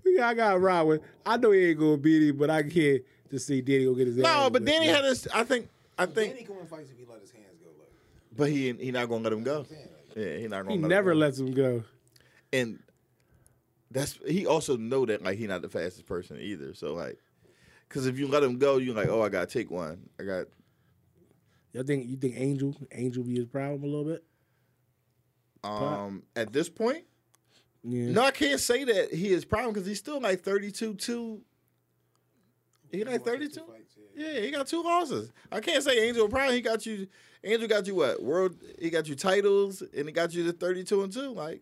Yeah, I got Rod with. I know he ain't gonna beat him, but I can't just see Danny go get his. no, ass but beat. Danny had this. I think I Then he think, come in fights if he let his hands go. Like, but he he not gonna let him go. Yeah, he not gonna. He let never him go. lets him go. and that's he also know that like he not the fastest person either. So like, because if you let him go, you like, oh, I gotta take one. I got Y'all think you think Angel Angel be his problem a little bit? um at this point. Yeah. No, I can't say that he is problem because he's still like thirty two two. He like thirty two. fights, yeah. Yeah, he got two losses. I can't say Angel problem. He got you. Angel got you what world? He got you titles and he got you to thirty two and two. Like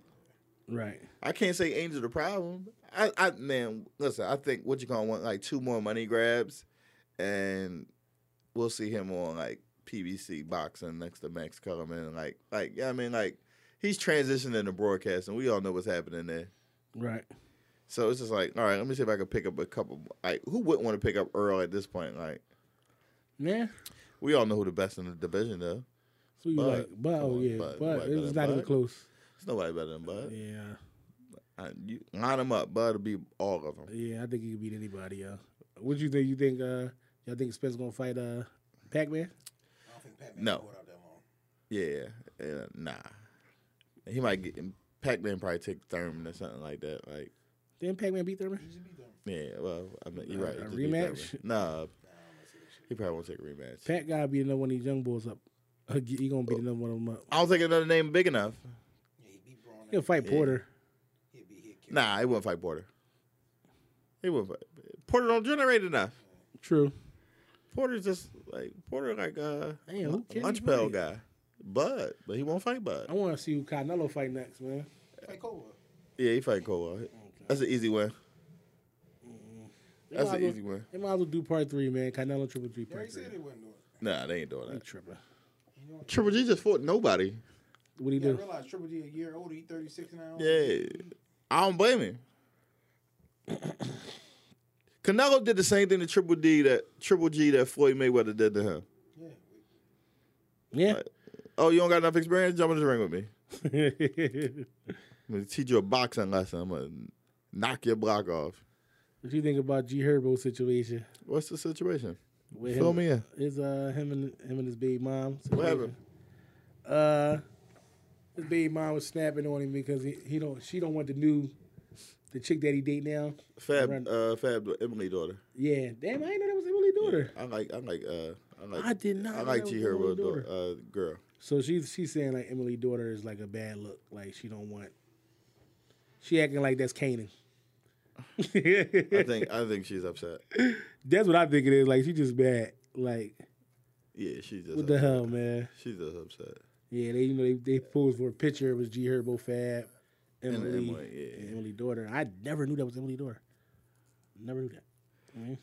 Right. I can't say Angel the problem. I, I man, listen, I think what you gonna want like two more money grabs, and we'll see him on like PBC boxing next to Max Kellerman. and, Like, like yeah, I mean, like he's transitioning to broadcasting. We all know what's happening there. Right. So it's just like, all right, let me see if I can pick up a couple. Like, who wouldn't want to pick up Earl at this point? Like, Yeah. we all know who the best in the division though. So you But- like, but oh yeah, but- but, but- it but- was not even but- close. There's nobody better than Bud. Yeah. I, you line them up, Bud will be all of them. Yeah, I think he could beat anybody. Yeah. What you think? You think uh y'all think Spence gonna fight uh Pac Man? I don't think Pat Man No. hold out that long. Yeah, yeah, nah. He might get Pac Man probably take Thurman or something like that. Like, Didn't Pac Man beat Thurman? He beat them. yeah, well, I mean, you're right. A- a just leave rematch? Thurman. Nah, Nah, I'm gonna see that shit. he probably won't take a rematch. Pat gotta beat another one of these young boys up. He gonna beat another one of them up. I don't think another name big enough. Yeah, he beat Braun. He'll fight Porter. He'll be hit. Kick. Nah, he wouldn't fight Porter. He wouldn't fight. Porter don't generate enough. True. Porter's just like Porter, like uh, Damn, who can he lunch bell fight? guy. Bud, but he won't fight Bud. I want to see who Canelo fight next, man. Fight Cobra. Yeah, he fight Cole. That's an easy win. That's might an as well- easy one. They might as well do part three, man. Canelo Triple G They part three. said they wouldn't do it. Nah, they ain't doing He that. tripping. Triple G just fought nobody. What he Yeah, I do? realize Triple G a year older. He 36 now. Yeah, I don't blame him. Canelo did the same thing to Triple D that Triple G that Floyd Mayweather did to him. Yeah. Oh, you don't got enough experience? Jump in the ring with me. I'm gonna teach you a boxing lesson. I'm gonna knock your block off. what you think about G Herbo situation? What's the situation? With Fill him, me in. His uh him and him and his baby mom. What situation? happened? Uh, his baby mom was snapping on him because he, he don't she don't want the new the chick that he date now. Fab, uh, Fab, Emily daughter. Yeah, damn, I didn't know that was Emily's daughter. I like, I like, uh, I like. I did not I know like that G was Herbo Emily's daughter. Uh, girl. So she's she's saying like Emily's daughter is like a bad look, like she don't want. She acting like that's Canaan. I think, I think she's upset. That's what I think it is. Like she just bad. Like Yeah, she's just. what the Upset. hell, man? She's just upset. Yeah, they you know they, they posed for a picture. It was G Herbo, Fab, Emily, and Emily, Emily, yeah. daughter. I never knew that was Emily daughter. Never knew that.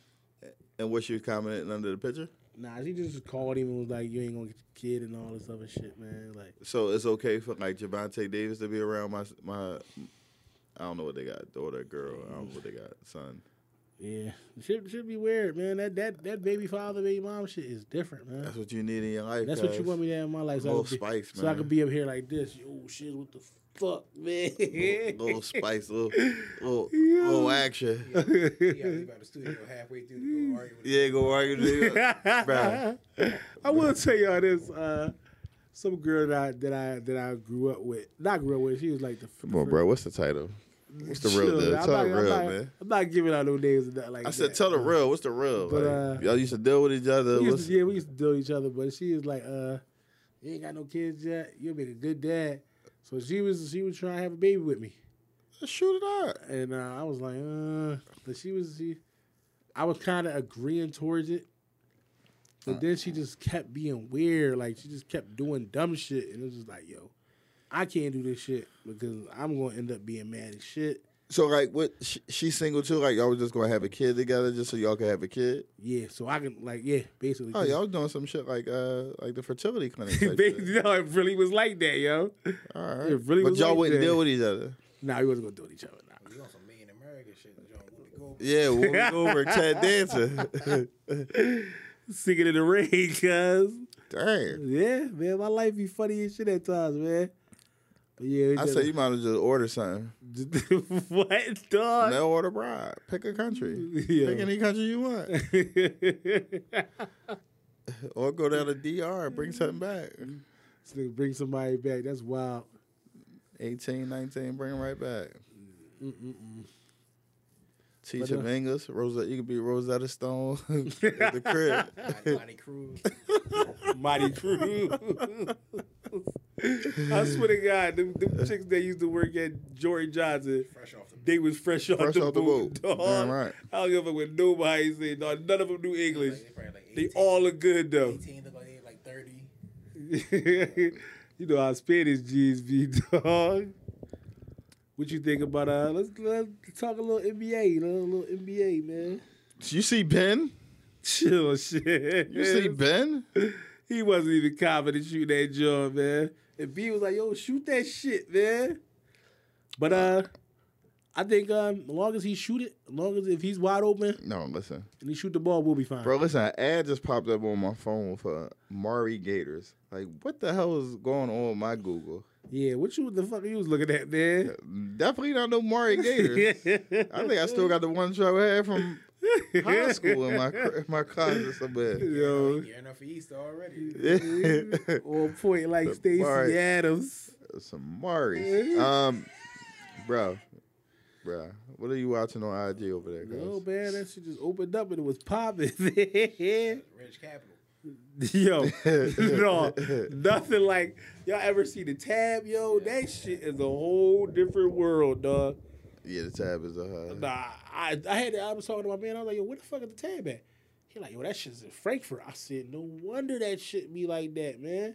And what she was commenting under the picture? Nah, she just called him and was like, "You ain't gonna get your kid and all this other shit, man." Like, So it's okay for like Javante Davis to be around my my. I don't know what they got, daughter, girl. I don't know what they got, son. yeah, should should be weird, man. That that that baby father, baby mom shit is different, man. That's what you need in your life. That's what you cuz. want me to have in my life, so, I Little could, be, spice, so I man. could be up here like this. Yo, shit, what the fuck, man? Little, little spice, little little, little action. He gotta leave out the studio halfway through to go argue with Yeah, go argue, nigga. Bruh. I will tell y'all this. Uh, some girl that I, that I that I grew up with, not grew up with. She was like the. f- Come on, bro. What's the title? What's the real Chill, deal? I'm Tell not- the I'm real, not- man. I'm not giving out no names and nothing like I that. said, tell the real. What's the real? But, Like, uh, y'all used to deal with each other. We used What's, to, yeah, we used to deal with each other, but she was like, uh, "You ain't got no kids yet. You'll be a good dad." So she was she was trying to have a baby with me, Shoot it out. and uh, I was like, "Uh," but she was she, I was kind of agreeing towards it, Uh. but then she just kept being weird. Like she just kept doing dumb shit, and it was just like, "Yo, I can't do this shit because I'm gonna end up being mad as shit." So like, what? She, she's single too. Like y'all was just gonna have a kid together, just so y'all could have a kid. Yeah, so I can like yeah, basically. Oh, y'all was doing some shit like uh like the fertility clinic. Like that. no, it really was like that, yo. All right. it really but was y'all like wouldn't that. deal with each other. Nah, we wasn't gonna do it to each other. Nah. You on some Made in America shit. John Woolley. Go over Yeah, when we go over Chad Dancer. Singing in the rain, cuz. Dang. Yeah, man, my life be funny as shit at times, man. But yeah, we I just- say you might as well just order something. what dog? No order bride. Pick a country. Pick Yeah. any country you want. or go down to DR and bring something back. Mm-hmm. This nigga bring somebody back. That's wild. 18, 19, bring them right back. Teach But, them uh, English. Rosetta, you could be Rosetta Stone at the crib. to Johnny Cruz. Mighty crew. I swear to God, them, them chicks that used to work at Jordan Johnson, Fresh off the they was fresh off Fresh the off the boat. boat. Dog. Damn right. I don't give a fuck what nobody said. Dog. None of them knew English. Like, they probably like 18, They all look good though. 18 look like they like 30. you know how Spanish G's be, dog. What you think about uh? Let's let's talk a little NBA, you know, a little NBA, man. You see Ben? Chill, shit. You see Ben? he wasn't even confident shooting that joint, man. And B was like, "Yo, shoot that shit, man." But uh, I think um, as long as he shoot it, as long as if he's wide open No, listen. and he shoot the ball, we'll be fine. Bro, listen, an ad just popped up on my phone for Mari Gators. Like, what the hell is going on with my Google? Yeah, what you the fuck you was looking at, man? Definitely not no Mari Gators. I think I still got the one show I had from high school in my cr- in my closet somewhere. Yo, You're enough East already. on point like Stacey Murray. Adams. Some Mm-hmm. Mari. Um, bro, bro, what are you watching on IG over there, Oh guys? man, that shit just opened up and it was popping. yo, Rich Capital. no, nothing like y'all ever see the tab, yo. That shit is a whole different world, dog. Yeah, the tab is a. Uh, Nah, I, I had I was talking to my man. I was like, yo, where the fuck is the tab at? He like, yo, that shit's in Frankfurt. I said, no wonder that shit be like that, man.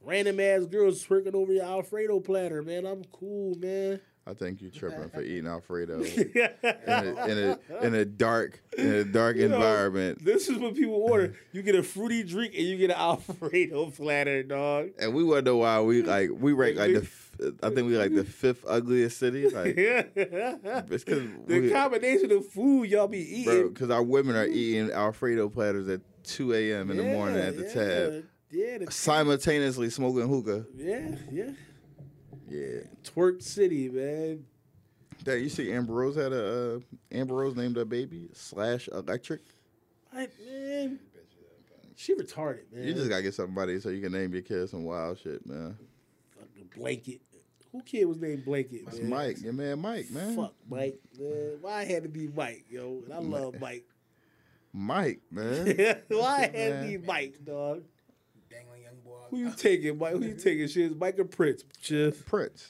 Random ass girls twerking over your Alfredo platter, man. I'm cool, man. I think you tripping for eating Alfredo in, a, in a in a dark in a dark know, environment. This is what people order. You get a fruity drink and you get an Alfredo platter, dog. And we wonder why we like we rank like the f- I think we like the fifth ugliest city. Like the it's because we, combination of food y'all be Oh, bro, eating. 'cause our women are eating Alfredo platters at two a.m. in the morning at the tab, Yeah, the- simultaneously smoking hookah. yeah, yeah. Yeah, Twerk City, man. that you see Amber Rose had a uh, Amber Rose named her baby slash electric. I, man. She retarded, man. You just gotta get somebody so you can name your kid some wild shit, man. Fucking blanket. Who kid was named Blanket? It's man? Mike, your man Mike, man. Fuck Mike, man. Why it had to be Mike, yo? And I love Mike. Mike, man. Why it had Man. to be Mike, dog? Dangling young boy. Who you taking, Mike? Who you taking? Shit, Mike or Prince? Shit. Prince.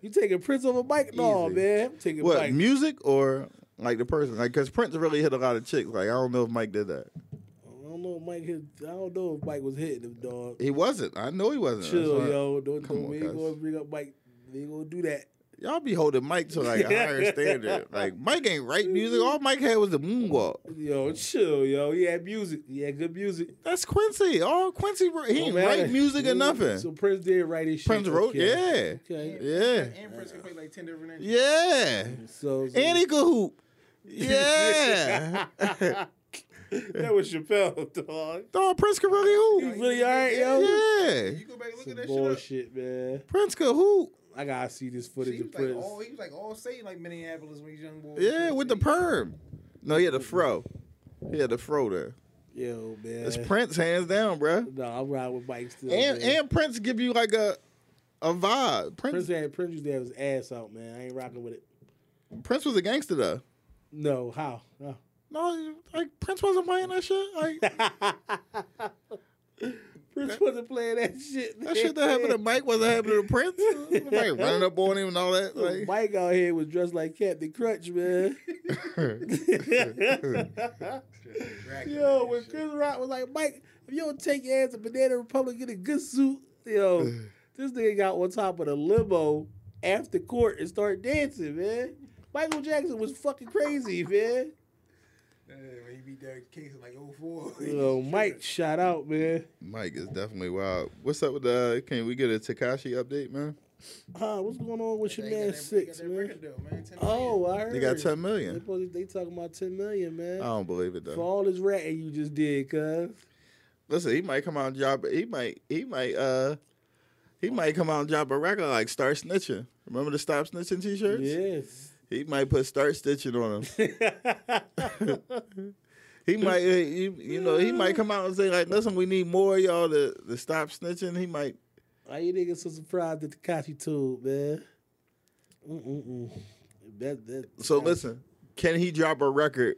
You taking Prince over Mike? No, Easy. man. I'm taking What Mike. music or like the person? Like, cause Prince really hit a lot of chicks. Like, I don't know if Mike did that. I don't know if Mike hit, I don't know if Mike was hitting him, dog. He wasn't. I know he wasn't. That's Chill, why- yo. Don't, Come don't on, we ain't cuz. gonna bring up Mike. We ain't gonna do that. Y'all be holding Mike to like a higher standard. Like, Mike ain't right music. All Mike had was the moonwalk. Yo, chill, yo. He had music. He had good music. That's Quincy. All Quincy wrote- he Don't ain't matter. write music or nothing. So Prince did write his shit. Prince wrote, Okay. yeah, Okay. yeah, And Prince can play like 10 different instruments. yeah. So, so And he could hoop. Yeah. that was Chappelle, dog. Dog, Prince could really He hoop. really all right, yo. Yeah. You go back and look at Some that shit. up. bullshit, man. Prince could hoop. I gotta see this He footage of was, like Prince. all, he was like all saying like Minneapolis when he's young boy. Yeah, with the perm. No, he had the fro. He had the fro there. Yo, man. It's Prince hands down, bruh. No, I'm riding with Mike still. And man. and Prince give you like a a vibe. Prince Prince had Prince used to have his ass out, man. I ain't rocking with it. Prince was a gangster though. No, how? No. No, like Prince wasn't playing that shit. Like Prince wasn't playing that shit. that shit that happened to Mike wasn't happening to Prince. Like running up on him and all that. Like Mike out here was dressed like Captain Crunch, man. Yo, when Chris Rock was like, Mike, if you don't take your ass to Banana Republic, get a good suit. Yo, this nigga got on top of the limo after court and start dancing, man. Michael Jackson was fucking crazy, man. Yeah, when he beat that case in like 04. Yo, Mike, shout out, man. Mike is definitely wild. What's up with the? Can we get a Takashi update, man? Huh, what's going on with your They got man that- they six, got that man? record deal, man. 10 million. Oh, I heard. They got ten They, million. supposed to- they talking about 10 million, man. I don't believe it For though. all this ratting you just did, cuz. Listen, he might come out and drop. He might. He might. Uh, he might come out and drop a record like "Start Snitching." Remember the "Stop Snitching" T-shirts? Yes. He might put "Start Stitching" on them. he might. uh, You, you know, he might come out and say like, "Listen, we need more of y'all to to stop snitching." He might. Why you niggas so surprised at the Kashi tube, man? Mm-mm-mm. That, that, So listen, can he drop a record?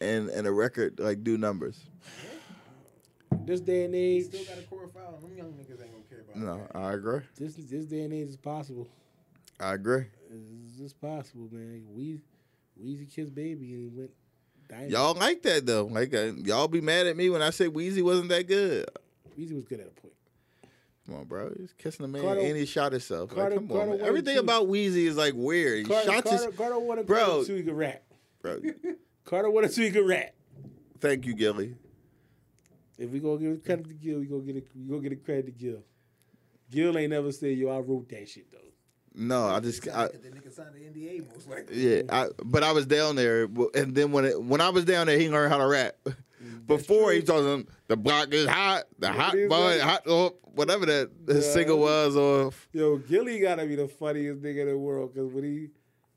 And and a record like do numbers? This day and He age, still got a core file. Them young niggas ain't gonna care about No, that. I agree. this this day and age is possible. I agree. It's just possible, man. We Weezy kissed baby and went diamond. Y'all like that though. Like uh, y'all be mad at me when I say Wheezy wasn't that good. Weezy was good at a point. Come on, bro. He's kissing a man Carter- and he shot himself. Like, Carter- come Carter on, man. wanted Everything you- about Wheezy is like weird. He Carter, shot Carter, his Carter won a Bro. Carter two, he could rap. bro. Carter won a two, he could rap. Thank you, Gilly. If we gonna give it credit to Gil, we gonna get it. We gonna get it credit to Gil. Gil ain't never said, "Yo, I wrote that shit though." No, I just I, Cause that nigga signed the NDA most likely. Mm-hmm. yeah. I, but I was down there, w- and then when it, when I was down there, he learned how to rap. Before he told him the block is hot, the hot is, boy, man. hot oh, whatever that his Yeah. single was or Yo, Gilly gotta be the funniest nigga in the world because when he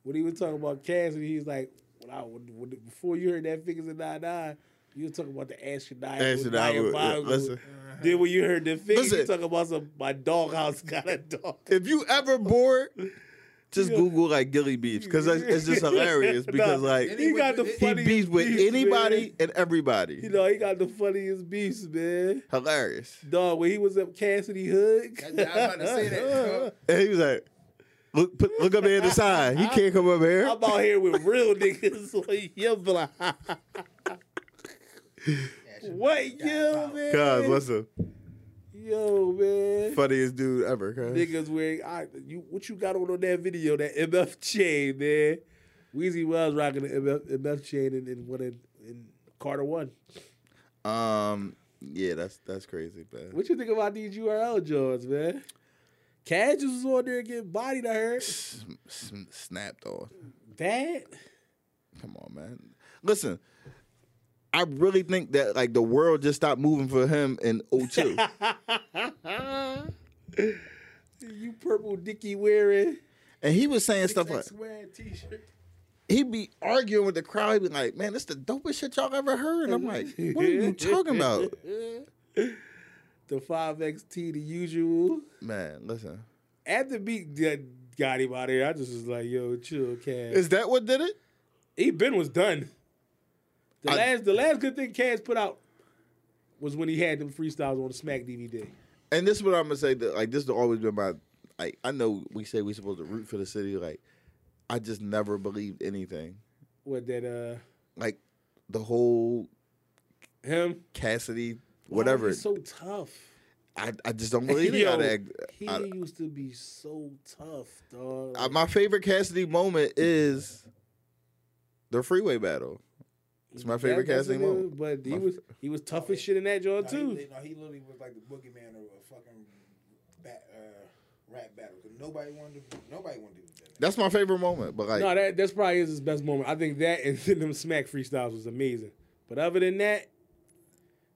when he was talking about Cassidy, he's like, when I, when, before you heard that figures of nine nine, you were talking about the astronaut. Astronaut, listen. Then when you heard the figures, you Listen. talking about some my doghouse got a dog. if you ever bored, just Google like Gilly beefs because it's, it's just hilarious. Because Nah, like he got the he funniest beefs with beefs, anybody man. and everybody. You know, he got the funniest beefs, man. hilarious. Dog, when he was up Cassidy Hood, I, I was about to say that. And he was like, look, put, look up there to the side. He can't come up here. I'm out here with real niggas. Like, yeah, blah. what, yeah, man? Cause listen, Yo, man. Funniest dude ever, cuz. Niggas wearing I, you what you got on on that video, that MF chain, man. Weezy was rocking the MF, MF chain and, and one in, in Carter one. Um, yeah, that's that's crazy, man. What you think about these URL joints, man? Cash was on there getting bodied, I heard. S- s- snapped on. That Come on, man. Listen, I really think that like the world just stopped moving for him in 02. you purple dicky wearing and he was saying stuff like Six wearing t-shirt. he'd be arguing with the crowd. He'd be like, "Man, this the dopest shit y'all ever heard." I'm like, "What are you talking about, the five XT the usual. man?" Listen, After the beat got- got him out of here, I just was like, yo, chill, Cash. is that what did it? E Ben was done. The I- last the last good thing Cash put out was when he had them freestyles on the Smack DVD. And this is what I'm gonna say. That like this has always been my. Like I know we say we supposed to root for the city. Like I just never believed anything. What that uh Like the whole him? Cassidy, Oh, whatever. he's so tough. I, I just don't believe it. how Yo, to act- he I- used to be so tough, dog. I- my favorite Cassidy moment is the freeway battle. It's my favorite Cassidy moment. But he was he was tough as shit in that joint No, he, too. li- no, he literally was like the boogeyman of a fucking bat, uh, rap battle. 'Cause nobody wanted to. Nobody wanted to do that. That's my favorite moment. But like, No, that that's probably is his best moment. I think that and them smack freestyles was amazing. But other than that,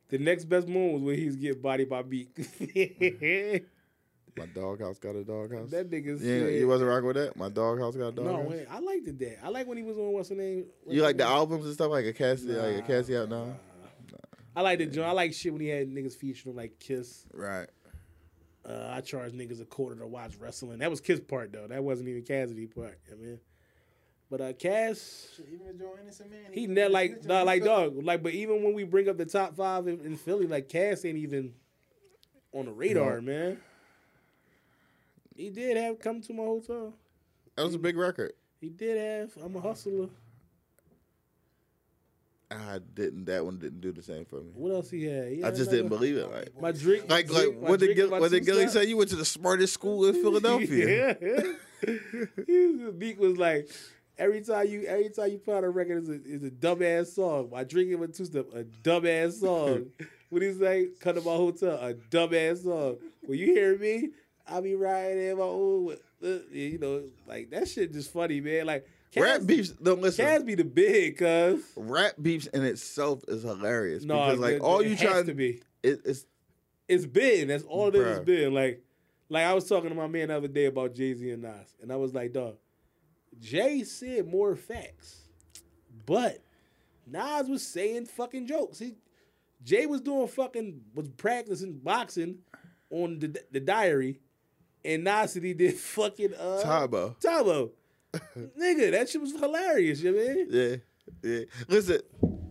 the next best moment was when he was getting bodied by Beat. that my doghouse got a doghouse. nigga You, said, you wasn't rocking with that. My doghouse got a No, doghouse. wait, I liked it that. I like when he was on what's the name. you like the albums and stuff like a Cassidy, like a Cassidy out now. I like the joint. I like shit when he had niggas featuring him, like Kiss. Right. Uh, I charged niggas a quarter to watch wrestling. That was Kiss part though. That wasn't even Cassidy part. I mean, but uh, Cass. Even Joe Innocent man. He net like nah, like dog like but even when we bring up the top five in, in Philly, like Cass ain't even on the radar, man. He did have come to my hotel. That was a big record. He did have I'm a hustler. I didn't. That one didn't do the same for me. What else he had? He I had just another- didn't believe it. Like, my drink. like, like drink- my what did drink Gil, and my what did two Gilly steps. say? You went to the smartest school in Philadelphia. Yeah. His Beak was like, every time you every time you put out a record is a is a dumbass song. My drinking with two step, a dumbass song. what he say? Come to my hotel, a dumbass song. When you hear me, I be riding in my own. with- uh, You know, like that shit just funny, man. Like Rap Cas- beefs. Don't listen. Cas be the big, cuz. Rap beefs in itself is hilarious No, because like all you try trying to be. it, it's it's been. That's all it is. It's Bruh. been like, like I was talking to my man the other day about Jay Z and Nas, and I was like, dog, Jay said more facts, but Nas was saying fucking jokes. He, Jay was doing fucking was practicing boxing on the the diary, and Nas said he did fucking uh Tybo. Tybo. Nigga, that shit was hilarious, you know what I mean? Yeah, yeah. Listen,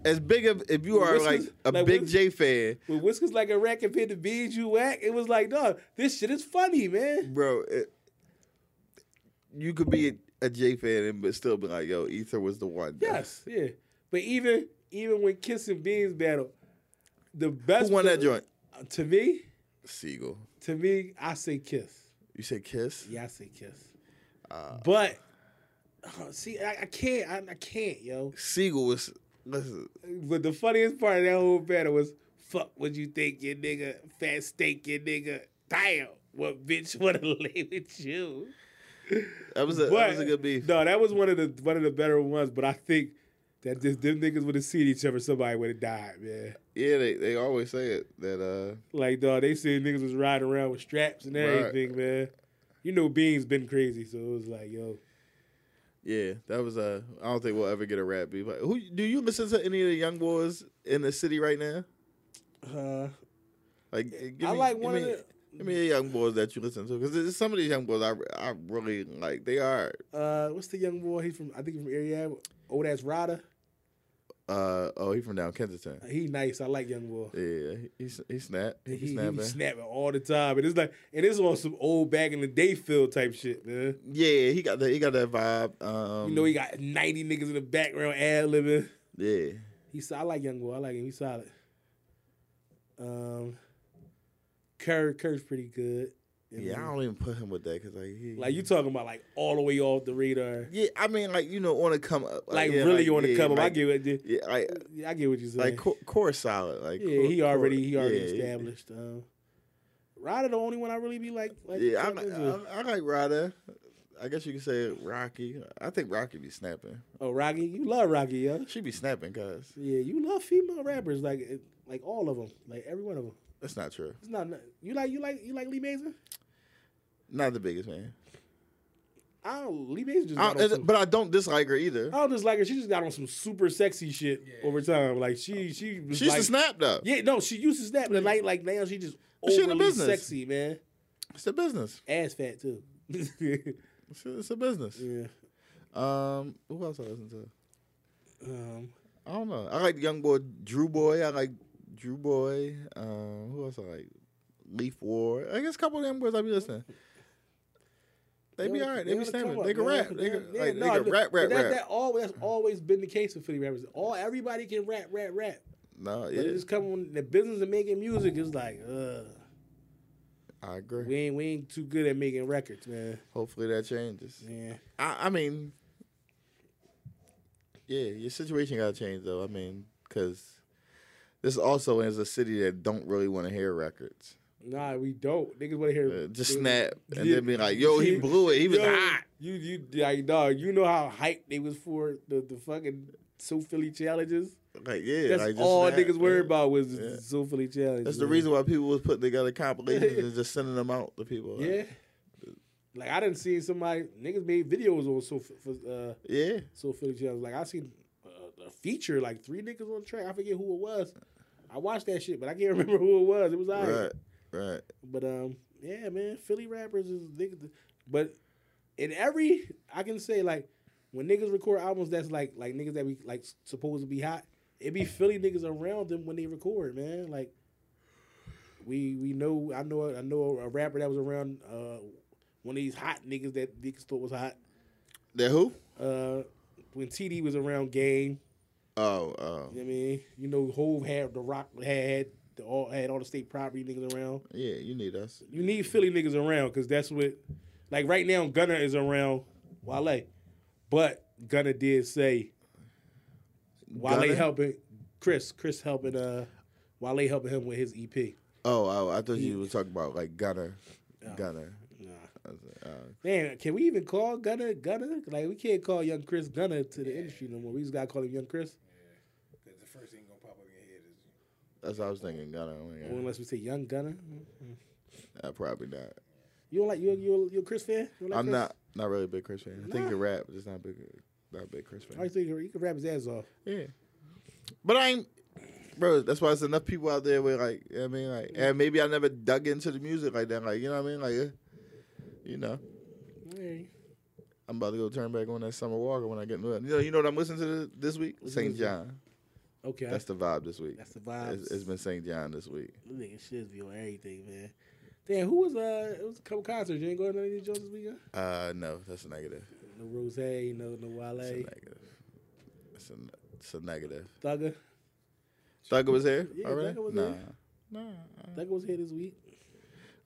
as big of if you Well, are this like is- a like, big what- J fan, When Whiskers like a rat compared to bees you whack, it was like, dog, this shit is funny, man. bro, it, you could be a, a J fan and but still be like, yo, Ether was the one. Yes, yeah. But even even when Kiss and Beans battle, the best Who won that joint? To me, Siegel. to me, I say Kiss. You said Kiss. Yeah, I say Kiss. but uh, see, I, I can't, I, I can't, yo. Siegel was. Listen, But the funniest part of that whole battle was, "Fuck, what you think, your nigga? Fat steak, your nigga? Damn, what bitch wanna lay with you?" that was a that But- was a good beef. No, that was one of the one of the better ones. But I think that just them niggas would have seen each other, somebody would have died, man. Yeah, they, they always say it that uh Like, dog, they said niggas was riding around with straps and Right. everything, man. You know, Beans been crazy, so it was like, yo, yeah that was uh I don't think we'll ever get a rap beef. Like, who do you listen to any of the young boys in the city right now? uh, Like, give I me- like give one of me- the I mean, young boys that you listen to, because some of these young boys I, I really like. They are uh, what's the young boy? He's from, I think he's from area. Old ass Rada. uh oh, he from down Kensington. Uh, He nice. I like young boy. Yeah, he's he snap. He, be He, he be snapping. snapping all the time, and it's like, and it's on some old back in the day feel type shit, man. yeah, he got that. He got that vibe. Um, You know, he got ninety niggas in the background ad libbing. yeah, He's I like Young Boy. I like him. He's solid. Um, Kerr, Kerr's pretty good. You know what I Yeah, I mean? don't even put him with that because like, he, like you talking about like all the way off the radar, yeah, I mean, like you know, on the come up, like yeah, really on the yeah, cover. I like- get what you, yeah, like yeah, I get what you saying. like core, core solid, like yeah, he Core- already he Core- already yeah, established. Um, Ryder the only one I really be like. like Yeah, I, fuck this with. I, I like Ryder. I guess you could say Rocky. I think Rocky be snapping. oh Rocky, you love Rocky, yo. She be snapping, cause Yeah, you love female rappers like it- like all of them, like every one of them. that's not true. It's not you like you like you like Lee Mason. Not the biggest man. I don't Lee Mason just I got don't- on some, but I don't dislike her either. I don't just like her. She just got on some super sexy shit over time. Like she she was She used like, to snap though. Yeah, no, she used to snap, but like like now she just She in the overly business. sexy, man. It's a business. Ass fat too. yeah. It's a, it's a business. Um, who else I listen to? Um, I don't know. I like Young Boy Drew Boy. I like Drew Boy. Um, who else I like? Leaf Ward. I guess a couple of them boys I be listening. They be wanna- alright. They be wanna snapping. come They up, can man. rap. They Yeah, can, yeah, like, no, they can but- rap, but rap, that, rap. That always, that's always been the case for Philly rappers. All everybody can rap, rap, rap. No, But it yeah, just come on the business of making music is like, uh, I agree. we ain't we ain't too good at making records, man. Hopefully that changes. Yeah. I, I mean, yeah, your situation got to change though. I mean, because this also is a city that don't really want to hear records. Nah, we don't. Niggas want to hear Uh, just niggas- snap and Yeah. then be like, "Yo, he Yeah. blew it. He was Yo, hot." You you like dog. You know how hyped they was for the the fucking so Philly challenges. Like, yeah, That's like, just all snap. niggas worried Yeah. about was Yeah. the so Philly challenges. That's the man. reason why people was putting together compilations and just sending them out to people. Like, Yeah. Like I didn't see somebody niggas made videos on so for uh, yeah. so Philly challenges. Like I seen a, a feature like three niggas on track. I forget who it was. I watched that shit, but I can't remember who it was. It was I. Right, right. But um, yeah, man, Philly rappers is niggas. But in every, I can say like when niggas record albums, that's like like niggas that we like supposed to be hot. It be Philly niggas around them when they record, man. Like we we know I know I know a rapper that was around uh one of these hot niggas that niggas thought was hot. That who? Uh, when TD was around Game, Oh, oh, you know what I mean, you know, Hove had the Rock had had the, all had all the state property niggas around yeah. You need us. you need Philly niggas around because that's what, like right now, Gunna is around Wale, but Gunna did say Wale Gunna? helping Chris, Chris helping uh Wale helping him with his E EP. Oh, oh, I thought you were talking about like Gunner, Gunner. Nah. I was like, oh, Man, can we even call Gunna Gunna? Like we can't call young Chris Gunna to the industry no more. We just gotta call him Young Chris, Because the first thing gonna pop up in your head is that's what I was thinking. Gunner. Oh, yeah. Or unless we say Young Gunna. Uh, probably not. You don't like you you you a Chris fan? You don't like I'm Chris? not not really a big Chris fan. I think Nah. you rap, but just not a big not a big Chris I fan. think you can rap his ass off. Yeah, but I ain't. Bro, that's why there's enough people out there where like you know what I mean, like, and maybe I never dug into the music like that, like you know what I mean, like, eh, you know, Hey. I'm about to go turn back on that Summer Walker when I get into it. You know, you know what I'm listening to this week? St. listening to? John. Okay, That's the vibe this week. That's the vibes. It's- it's been St. John this week. Them niggas should be on everything, man. Damn, who was uh? It was a couple concerts. You ain't going to any of these joints this weekend? Uh, no, that's a negative. No Rose, no no That's a Wale, negative. That's a, that's a negative. Thugger. Thugger was there Yeah, already. Thugger was nah, there. Thugger was here this week.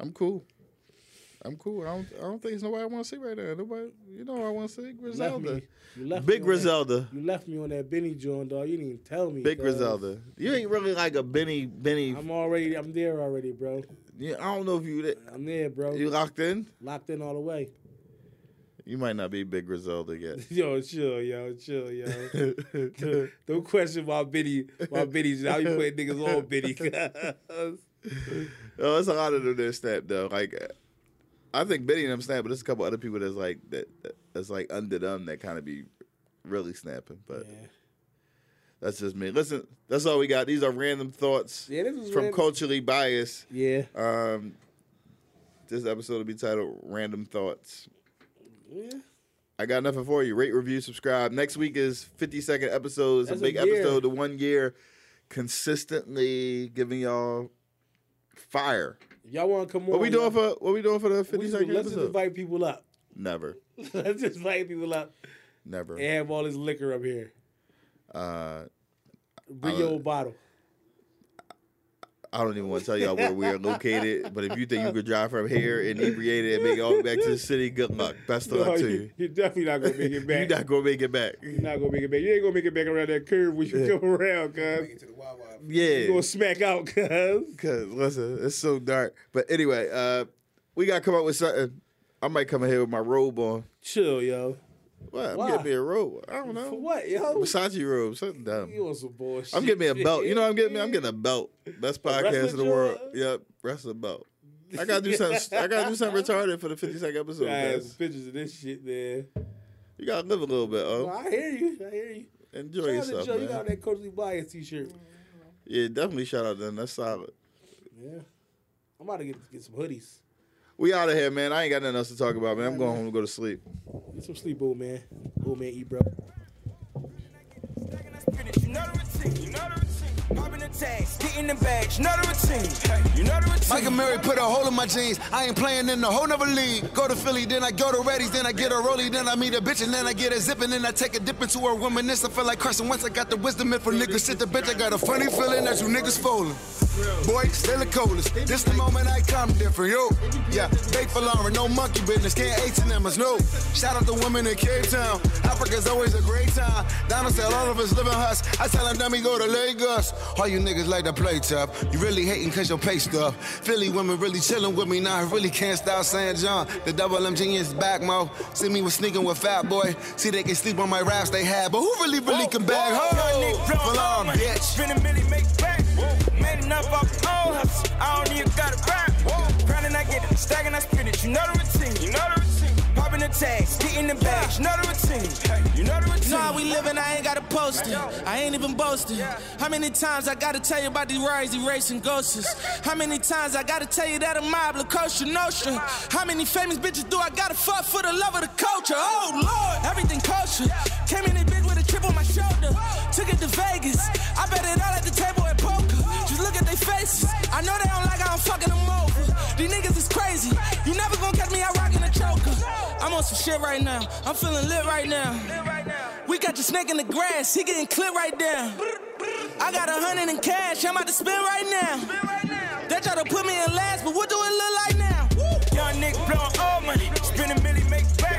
I'm cool. I'm cool. I don't. I don't think it's nobody I want to see right now. Nobody. You know, who I want to see You left Griselda. me. You left Big me on that- Griselda. You left me on that Benny joint, dog. You didn't even tell me. Big dawg. Griselda. You ain't really like a Benny. Benny. I'm already. I'm there already, bro. you- I don't know if you that I'm there, bro. you locked in. Locked in all the way. You might not be Big Griselda yet. Yo, chill, yo, chill, yo. Don't question my Benny, my Benny's. How you putting niggas on Benny? Oh, it's a lot of them that snap though. Like, uh, I think Benny and them snap, but there's a couple other people that's like that that's like under them that kind of be really snapping. But yeah. that's just me. Listen, that's all we got. These are random thoughts Yeah, this was from random. culturally biased. yeah. Um, this episode will be titled "Random Thoughts." Yeah. I got nothing for you. Rate, review, subscribe. Next week is 50 second episode. It's That's a a big year. episode. The one year consistently giving y'all fire. If y'all want to come on, What we doing y'all- for what we doing for the fifty Oh, We second should, let's just episode? invite people up. Never, let's just invite people up never. and have all this liquor up here. Uh, Bring your own bottle. I don't even want to tell y'all where we are located, but if you think you could drive from here inebriated and make it all the way back to the city, good luck. Best of No, luck to Oh, you, you. you're definitely not gonna make it You're back. not gonna make it back. You're not gonna make it back. You ain't gonna make it back around that curve when you come around, cuz. Get to the Wawa. Yeah, You gonna smack out, cuz. Cause listen, it's so dark. But anyway, uh, we gotta come up with something. I might come in here with my robe on. Chill, yo. What? Why? I'm getting me a robe. I don't For know. what, yo? Versace robe, something You dumb. on some bullshit. I'm getting me a belt. You know what I'm getting me? I'm getting a belt. Best podcast in the wrestling world. joint? Yep, wrestling belt. I gotta do something. I gotta do something retarded for the 50 second episode. I have some Guys. pictures of this shit, man. You gotta live a little bit. Well, Oh, I hear you. I hear you. enjoy Shout out to yourself, Joe. You got man. that Coach Lee Bias t-shirt. Yeah, definitely shout out to them. That's solid. Yeah. I'm about to get, get some hoodies. We out of here, man. I ain't got nothing else to talk about, man. I'm going home to go to sleep. Get some sleep, old man. Old man, eat, bro. Stacking that spinach, you know the routine, you know the routine. Popping the tags, getting the bags, you know the routine. Hey, You know the routine. Michael Murray put a hole in my jeans. I ain't playing in the whole nother league. Go to Philly, then I go to Reddy's, then I get a rollie, then I meet a bitch, and then I get a zip, and then I take a dip into her reminisce. I feel like Carson once I got the wisdom in for niggas. Shit, the bitch, I got a funny feeling that you niggas folding. Boy, still the coldest. This the moment I come different, yo. Yeah, bake for Lauren, no monkey business. Can't H&M's, no. Shout out the women in Cape Town. Africa's always a great time. Donald said all of us living hus. I tell them, dummy, go to Lagos. All you niggas like to play tough. You really hating cause your pay stuff. Philly women really chilling with me now. I really can't stop San John. The double M genius back, mo. See me was sneaking with Fat Boy. See they can sleep on my raps they had. But who really, really can bag Young nigga hard? blowing For long, money. bitch. Spend a million, make back. Man enough off my own hustle. I don't even gotta rap. Grinding, I get it. Stacking, I spin it. You know the routine. You know the routine. Popping the tags, getting the bags. You know the routine. Hey, You know the routine. Know how we living, I ain't gotta post it. I ain't even boasting. How many times I gotta tell you about these Rari's erasing ghosts? How many times I gotta tell you that a mob Lacoste Nostra? How many famous bitches do I gotta fuck for the love of the culture? Oh Lord, everything culture. Came in this bitch with a chip on my shoulder. Took it to Vegas. I bet it all at the table at poker. Just look at their faces. I know they don't like how I'm fucking them over. These niggas is crazy. You never gonna catch me out rocking a choker. I'm on some shit right now. I'm feeling lit right now. We got your snake in the grass, he getting clipped right there. I got a hundred in cash, I'm about to spend right now. They try to put me in last, but what do it look like now? Young nigga blowing all money. Spend a million, make back.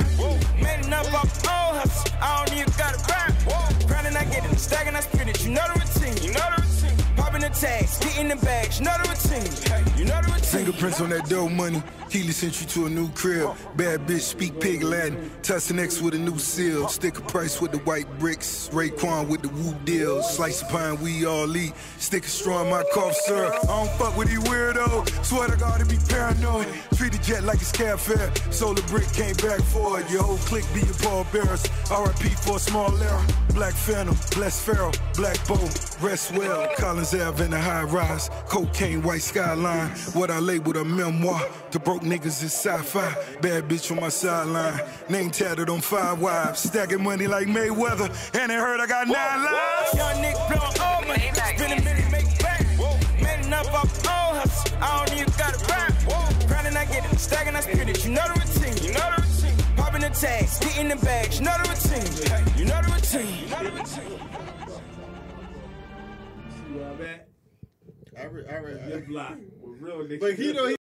Man enough off my own hustle. I don't even gotta rap. Grinding, I get it. Stacking, I spin it. You know the routine. You know the routine. Popping the tags, getting the bags. You know the routine. Hey, You know the routine. Fingerprints on that dough money. Healy sent you to a new crib. Bad bitch, speak pig Latin. Tussin X with a new seal. Sticker price with the white bricks. Raekwon with the woo deal. Slice of pine, we all eat. Sticker straw in my cough syrup. I don't fuck with these weirdos. Swear to God, to be paranoid. Treat the jet like it's cab fare. Solar brick came back for it. Your whole clique be your pallbearers. RIP for a small error. Black Phantom, Bless Pharaoh, Black Bow, Rest Well, Collins Ave in the high rise, cocaine, white skyline. What I labeled a memoir. The broke niggas is sci-fi. Bad bitch on my sideline. Name tatted on five wives. Stacking money like Mayweather. And they heard I got nine lives. Young nigga blowing all money. Spend a million, make back. Man enough off my own hustle. I don't even gotta rap. Grinding, I get it. Stacking, I spin it. You know the routine. You know the routine. Popping the tags, getting the bags. You know the routine. Hey, You know the routine. You know the routine. See where I'm at? I re- I re- This block. We're real niggas. But he know he